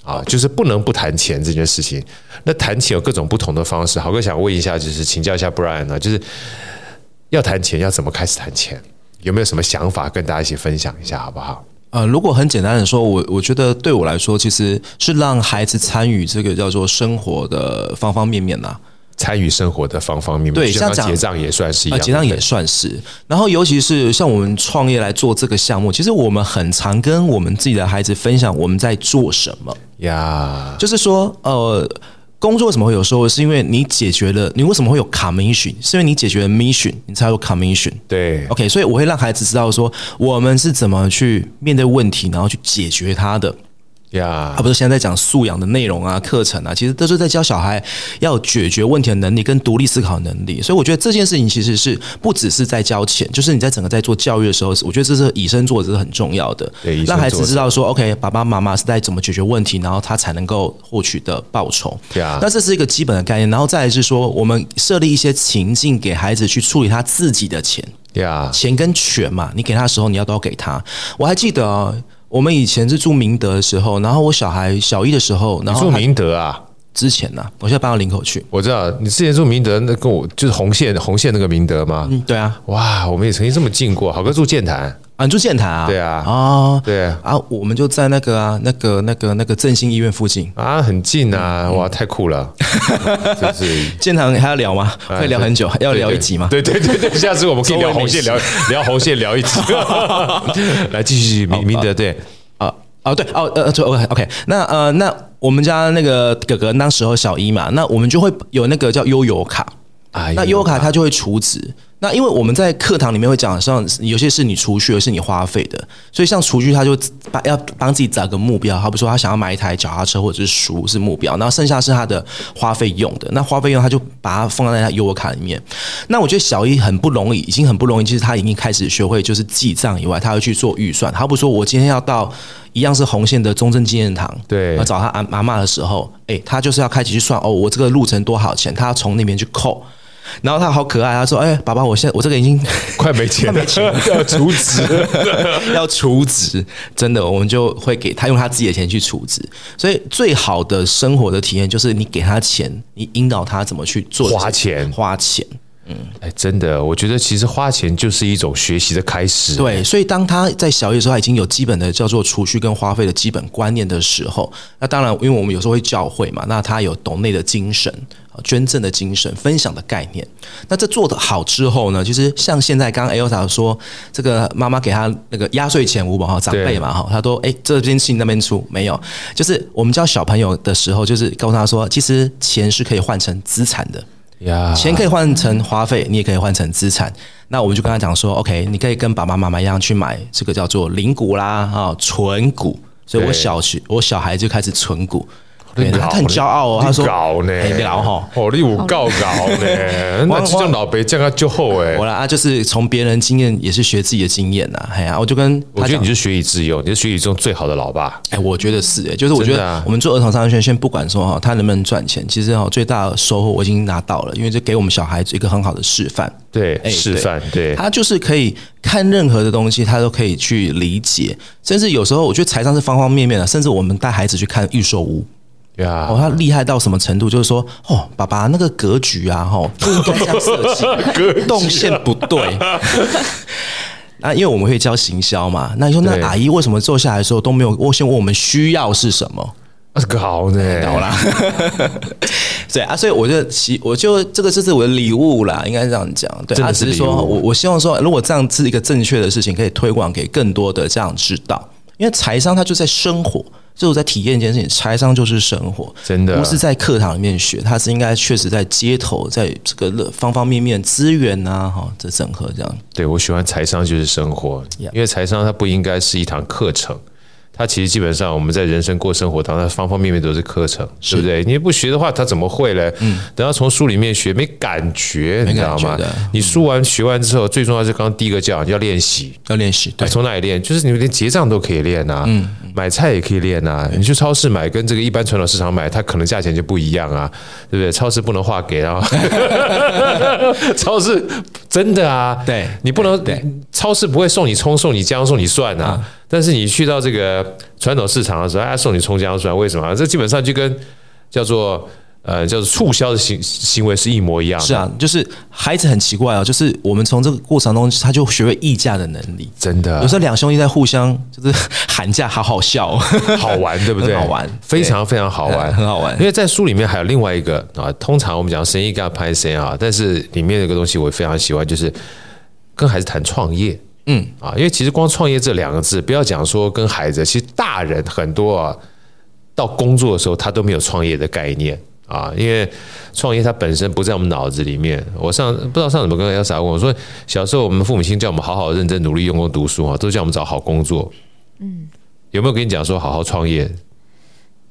B: 啊，就是不能不谈钱这件事情。那谈钱有各种不同的方式。豪哥想问一下，就是请教一下 Brian 呢，就是要谈钱要怎么开始谈钱？有没有什么想法跟大家一起分享一下，好不好？
C: 呃，如果很简单的说，我我觉得对我来说，其实是让孩子参与这个叫做生活的方方面面呐、
B: 参与生活的方方面面，
C: 对
B: 就像
C: 像讲
B: 结账也算是一
C: 啊，
B: 样，
C: 结账也算是。然后，尤其是像我们创业来做这个项目，其实我们很常跟我们自己的孩子分享我们在做什么。
B: 呀，
C: 就是说，呃，工作为什么会有收入，是因为你解决了，你为什么会有 commission，是因为你解决了 mission，你才有 commission。
B: 对
C: OK，所以我会让孩子知道说，我们是怎么去面对问题，然后去解决它的。
B: 呀
C: 啊，，不是现在在讲素养的内容啊、课程啊，其实都是在教小孩要有解决问题的能力跟独立思考能力。所以我觉得这件事情其实是不只是在交钱，就是你在整个在做教育的时候，我觉得这是以身作则是很重要的
B: 对以，身
C: 让孩
B: 作
C: 子
B: 则
C: 知道说，OK，爸爸妈妈是在怎么解决问题，然后他才能够获取的报酬。
B: 对啊
C: 那这是一个基本的概念，然后再来是说，我们设立一些情境给孩子去处理他自己的钱。
B: 呀，
C: 钱跟权嘛，你给他的时候，你要都要给他。我还记得、哦、我们以前是住明德的时候，然后我小孩小一的时候，然
B: 你
C: 后
B: 住
C: 他
B: 明德啊，
C: 之前呢、我现在搬到林口去。
B: 我知道你之前住明德，那跟我就是红线红线那个明德吗？
C: 嗯，对啊，
B: 哇，我们也曾经这么近过。豪哥住建潭，
C: 啊，你住建台啊？
B: 对啊
C: 哦，
B: 对
C: 啊，我们就在那个啊，那个、那个、那个振兴医院附近。
B: 啊，很近啊，
C: 嗯
B: 哇，太酷 了，真是
C: 建堂还要聊吗？会聊很久，要聊一集吗？
B: 啊对对对对，对下次我们可以聊红线，
C: 周
B: 聊聊红线，聊一 集。来，继续继续明明德对
C: 啊哦对哦呃对 OK OK 那呃那我们家那个哥哥那时候小一嘛，那我们就会有那个叫悠游卡，
B: 哎
C: 那
B: 悠
C: 优
B: 游
C: 卡
B: 卡
C: 它就会储值。那因为我们在课堂里面会讲，像有些是你储蓄，有些是你花费的，所以像储蓄，他就把要帮自己找个目标，好比说他想要买一台脚踏车或者是书是目标，然后剩下是他的花费用的。那花费用他就把它放在他优卡里面。那我觉得小一很不容易，已经很不容易，其实他已经开始学会就是记账以外，他会去做预算。好比说我今天要到一样是红线的中正纪念堂，
B: 对
C: 要找他阿阿妈的时候，诶，他就是要开始去算哦，我这个路程多少钱，他要从那边去扣。然后他好可爱，他说：“哎、爸爸，我现在我这 个已经
B: 快没钱了，要阻止。
C: 要储值，真的，我们就会给他用他自己的钱去储值。所以最好的生活的体验就是你给他钱，你引导他怎么去做
B: 花钱
C: 花钱。
B: 哎，真的，我觉得其实花钱就是一种学习的开始。
C: 对，所以当他在小一的时候，他已经有基本的叫做储蓄跟花费的基本观念的时候，那当然，因为我们有时候会教会嘛，那他有懂内的精神、呃捐赠的精神、分享的概念。那这做得好之后呢，其实像现在刚刚 Elsa 说，这个妈妈给他那个压岁钱五百哈，长
B: 对
C: 辈嘛哈，他都哎、这边进那边出，没有，就是我们教小朋友的时候，就是告诉他说，其实钱是可以换成资产的。
B: 哎呀，
C: 钱可以换成花费，你也可以换成资产。那我们就跟他讲说，OK，你可以跟爸爸妈妈一样去买这个叫做零股啦，啊、存股。所以我
B: 对
C: 小学我小孩就开始存股，对他很骄傲哦，他说
B: 搞呢，
C: 哎老吼。
B: 哦，你有告搞 呢，那这种老辈这样就厚哎
C: 我。啦啊，就是从别人经验也是学自己的经验呐，哎呀、我就跟
B: 我
C: 他
B: 觉得
C: 讲
B: 你，是学以致用，你是学以致用最好的老爸。
C: 哎、我觉得是哎、就是我觉
B: 真的啊
C: 得我们做儿童商业圈，先不管说哈，他能不能赚钱，其实哈最大的收获我已经拿到了，因为这给我们小孩子一个很好的示范。
B: 对，
C: 哎
B: 示范，对，
C: 他就是可以看任何的东西，他都可以去理解，甚至有时候我觉得财商是方方面面的，甚至我们带孩子去看预售屋，哦，
B: 呀，
C: 他厉害到什么程度？就是说，哦，爸爸那个格局 啊，吼、不应该这样设
B: 啊
C: 计，动线不对。 啊，因为我们会教行销嘛，那你说那
B: 对
C: 阿姨为什么坐下来的时候都没有我先问我们需要是什么？
B: 搞
C: 哎
B: 呢，搞啦，
C: 对啊，所以我就其我就这个就是我的礼物啦，应该这样讲。对，
B: 真的
C: 啊，
B: 是
C: 只
B: 礼物
C: 是说我我希望说，如果这样是一个正确的事情，可以推广给更多的家长知道，因为财商它就在生活，就是在体验一件事情，财商就是生活，
B: 真的
C: 不是在课堂里面学，它是应该确实在街头，在这个方方面面资源啊，哈，这整合这样。
B: 对我喜欢财商就是生活，
C: Yeah
B: 因为财商它不应该是一堂课程，它其实基本上我们在人生过生活当中，它方方面面都是课程，对不对？你不学的话，他怎么会嘞？等到从书里面学，没感觉，你知道吗
C: 嗯感觉的？嗯
B: 你书完学完之后，最重要是刚刚第一个讲要练习。
C: 要练习，对，
B: 啊
C: 嗯
B: 从哪里练？就是你连结账都可以练啊，买菜也可以练啊。你去超市买，跟这个一般传统市场买，它可能价钱就不一样啊，对不对？超市不能划给啊， 超市真的啊，
C: 对
B: 你不能
C: 对对
B: 超市不会送你葱、送你姜、送你蒜啊。但是你去到这个传统市场的时候，哎，送你葱姜蒜，为什么啊？这基本上就跟叫做呃叫做促销的行行为是一模一样的。
C: 是啊，就是孩子很奇怪哦，就是我们从这个过程中，他就学会议价的能力。
B: 真的啊
C: 有时候两兄弟在互相就是 喊价，好好笑、哦，
B: 好玩，对不对？
C: 很好玩
B: 非常非常好玩，
C: 对 很好玩
B: 因为在书里面还有另外一个啊，通常我们讲生意干拍生啊，但是里面有一个东西我非常喜欢，就是跟孩子谈创业。嗯啊，因为其实光创业这两个字，不要讲说跟孩子，其实大人很多啊，到工作的时候他都没有创业的概念啊，因为创业它本身不在我们脑子里面。我上不知道上怎么跟 Elsa 问我说，小时候我们父母亲叫我们好好认真努力用功读书啊，都叫我们找好工作。有没有跟你讲说好好创业？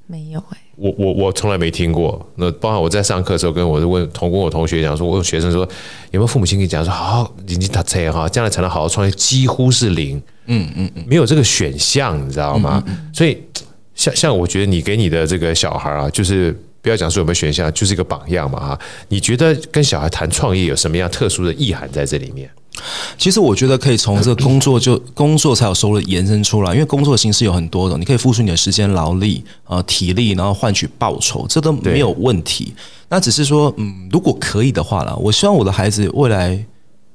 A: 没有哎、
B: 我我我从来没听过。那包含我在上课的时候，跟我的问同跟我同学讲说，我有学生说有没有父母亲跟你讲说，好好你你打车哈，将来才能好好创业，几乎是零，嗯嗯嗯，嗯没有这个选项，你知道吗？所以像像我觉得你给你的这个小孩啊，就是。不要讲说有没有选项，就是一个榜样嘛哈。你觉得跟小孩谈创业有什么样特殊的意涵在这里面？
C: 其实我觉得可以从这个工作就工作才有收入延伸出来，因为工作形式有很多种，你可以付出你的时间、劳力、呃体力，然后换取报酬，这都没有问题。那只是说，嗯，如果可以的话啦，我希望我的孩子未来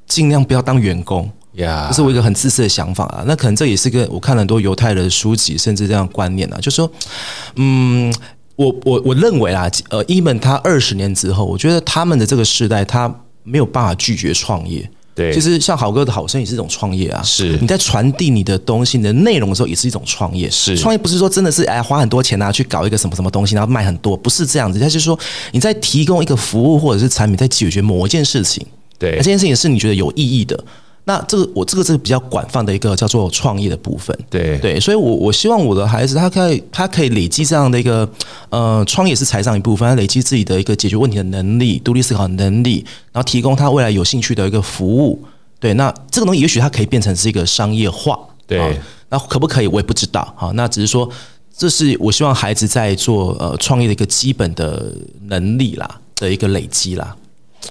C: 尽量不要当员工。
B: 呀
C: 这是我一个很自私的想法啊。那可能这也是个我看了很多犹太人的书籍，甚至这样的观念啊，就说，嗯，我我我认为啦，呃，伊门他二十年之后，我觉得他们的这个时代，他没有办法拒绝创业。
B: 对
C: 其实像好哥的好生也是一种创业啊，
B: 是
C: 你在传递你的东西、你的内容的时候，也是一种创业。
B: 是
C: 创业不是说真的是哎花很多钱啊去搞一个什么什么东西，然后卖很多，不是这样子。它是说你在提供一个服务或者是产品，在解决某一件事情。
B: 对
C: 那这件事情是你觉得有意义的。那这个我这个是比较广泛的一个叫做创业的部分。
B: 对
C: 对，所以我，我希望我的孩子他可以他可以累积这样的一个呃，创业是财商一部分，他累积自己的一个解决问题的能力、独立思考的能力，然后提供他未来有兴趣的一个服务。对，那这个东西也许它可以变成是一个商业化。
B: 对
C: 啊那可不可以我也不知道。好，那只是说这是我希望孩子在做呃创业的一个基本的能力啦的一个累积啦。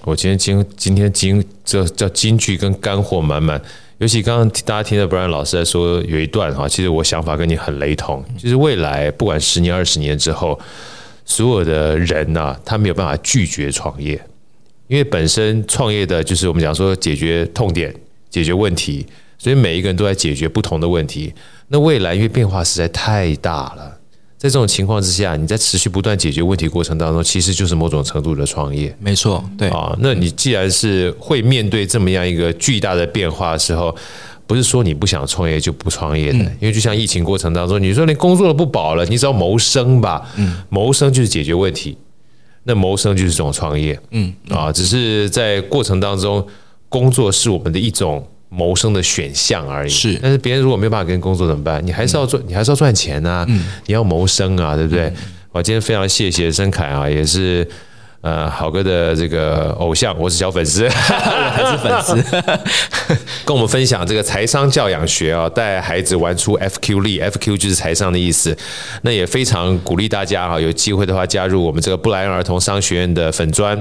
B: 我今天今今天金这叫金句跟干货满满，尤其刚刚大家听到 Brian 老师在说有一段哈，其实我想法跟你很雷同，就是未来不管十年二十年之后，所有的人呐、他没有办法拒绝创业，因为本身创业的就是我们讲说解决痛点、解决问题，所以每一个人都在解决不同的问题。那未来因为变化实在太大了。在这种情况之下，你在持续不断解决问题过程当中，其实就是某种程度的创业。
C: 没错，对。
B: 啊，那你既然是会面对这么样一个巨大的变化的时候，不是说你不想创业就不创业的，因为就像疫情过程当中，你说连工作都不保了，你只要谋生吧，谋生就是解决问题，那谋生就是这种创业，嗯啊，只是在过程当中，工作是我们的一种。谋生的选项而已，
C: 是
B: 但是别人如果没有办法跟工作怎么办？你还是要做，你还是要赚钱啊，你要谋生啊，对不对？我今天非常谢谢曾凯啊，也是呃好哥的这个偶像，我是小粉丝，
C: 还是粉丝，
B: 跟我们分享这个财商教养学啊，带孩子玩出 FQ 力，FQ 就是财商的意思。那也非常鼓励大家啊，有机会的话加入我们这个布莱恩儿童商学院的粉砖，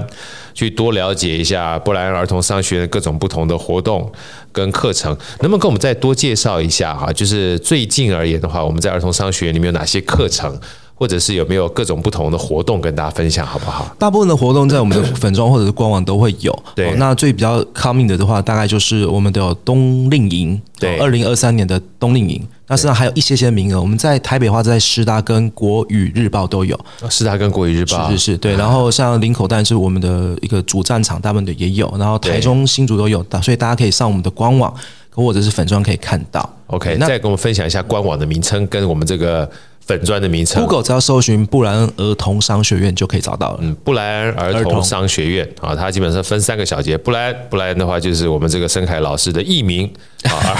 B: 去多了解一下布莱恩儿童商学院各种不同的活动跟课程。能不能跟我们再多介绍一下啊？就是最近而言的话，我们在儿童商学院里面有哪些课程？或者是有没有各种不同的活动跟大家分享，好不好？
C: 大部分的活动在我们的粉妆或者是官网都会有。
B: 对
C: 哦那最比较 coming 的的话，大概就是我们的有冬令营，哦
B: 对
C: 二零二三年的冬令营。那身上还有一些些名额，我们在台北话在师大跟国语日报都有。
B: 师大跟国语日报啊
C: 是是是，对。然后像林口，但是我们的一个主战场，大部分的也有，然后
B: 对
C: 台中、新竹都有，所以大家可以上我们的官网或者是粉砖可以看到。
B: OK，
C: 那
B: 再跟我们分享一下官网的名称跟我们这个粉砖的名称。
C: Google 只要搜寻布兰恩儿童商学院就可以找到了。
B: 嗯，布莱恩儿童商学院啊，它基本上分三个小节。布莱恩，布莱恩的话就是我们这个申凯老师的艺名 啊，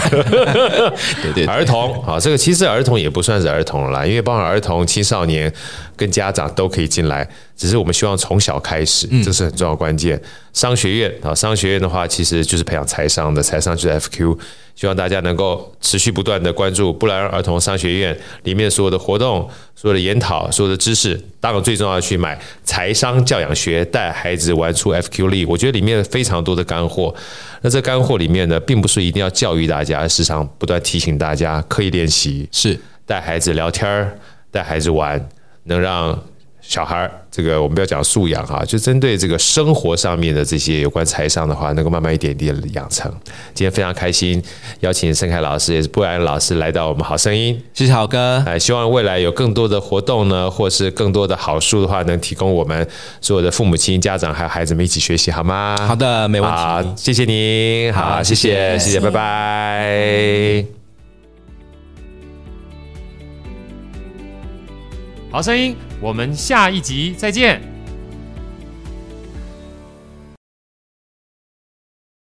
C: 对对
B: 儿童啊，这个其实儿童也不算是儿童了啦，因为包含儿童、青少年跟家长都可以进来，只是我们希望从小开始，
C: 嗯
B: 这是很重要的关键。商学院啊，商学院的话其实就是培养财商的，财商就是 FQ，希望大家能够持续不断的关注布莱恩儿童商学院里面所有的活动、所有的研讨、所有的知识，当然最重要的去买财商教养学，带孩子玩出 FQ 力，我觉得里面非常多的干货。那这干货里面呢，并不是一定要教育大家，而时常不断提醒大家刻意练习，
C: 是
B: 带孩子聊天儿，带孩子玩，能让小孩儿这个我们不要讲素养哈，就针对这个生活上面的这些有关财商的话，能够慢慢一点一点地养成。今天非常开心，邀请盛凯老师也是布莱恩老师来到我们好声音，
C: 谢谢好哥，
B: 呃，希望未来有更多的活动呢，或是更多的好书的话，能提供我们所有的父母亲、家长还有孩子们一起学习，好吗？
C: 好的，没问题。
B: 好，谢谢您，好，
C: 好
B: 谢谢，谢谢，
A: 谢谢
B: 拜拜。
D: 好声音，我们下一集再见。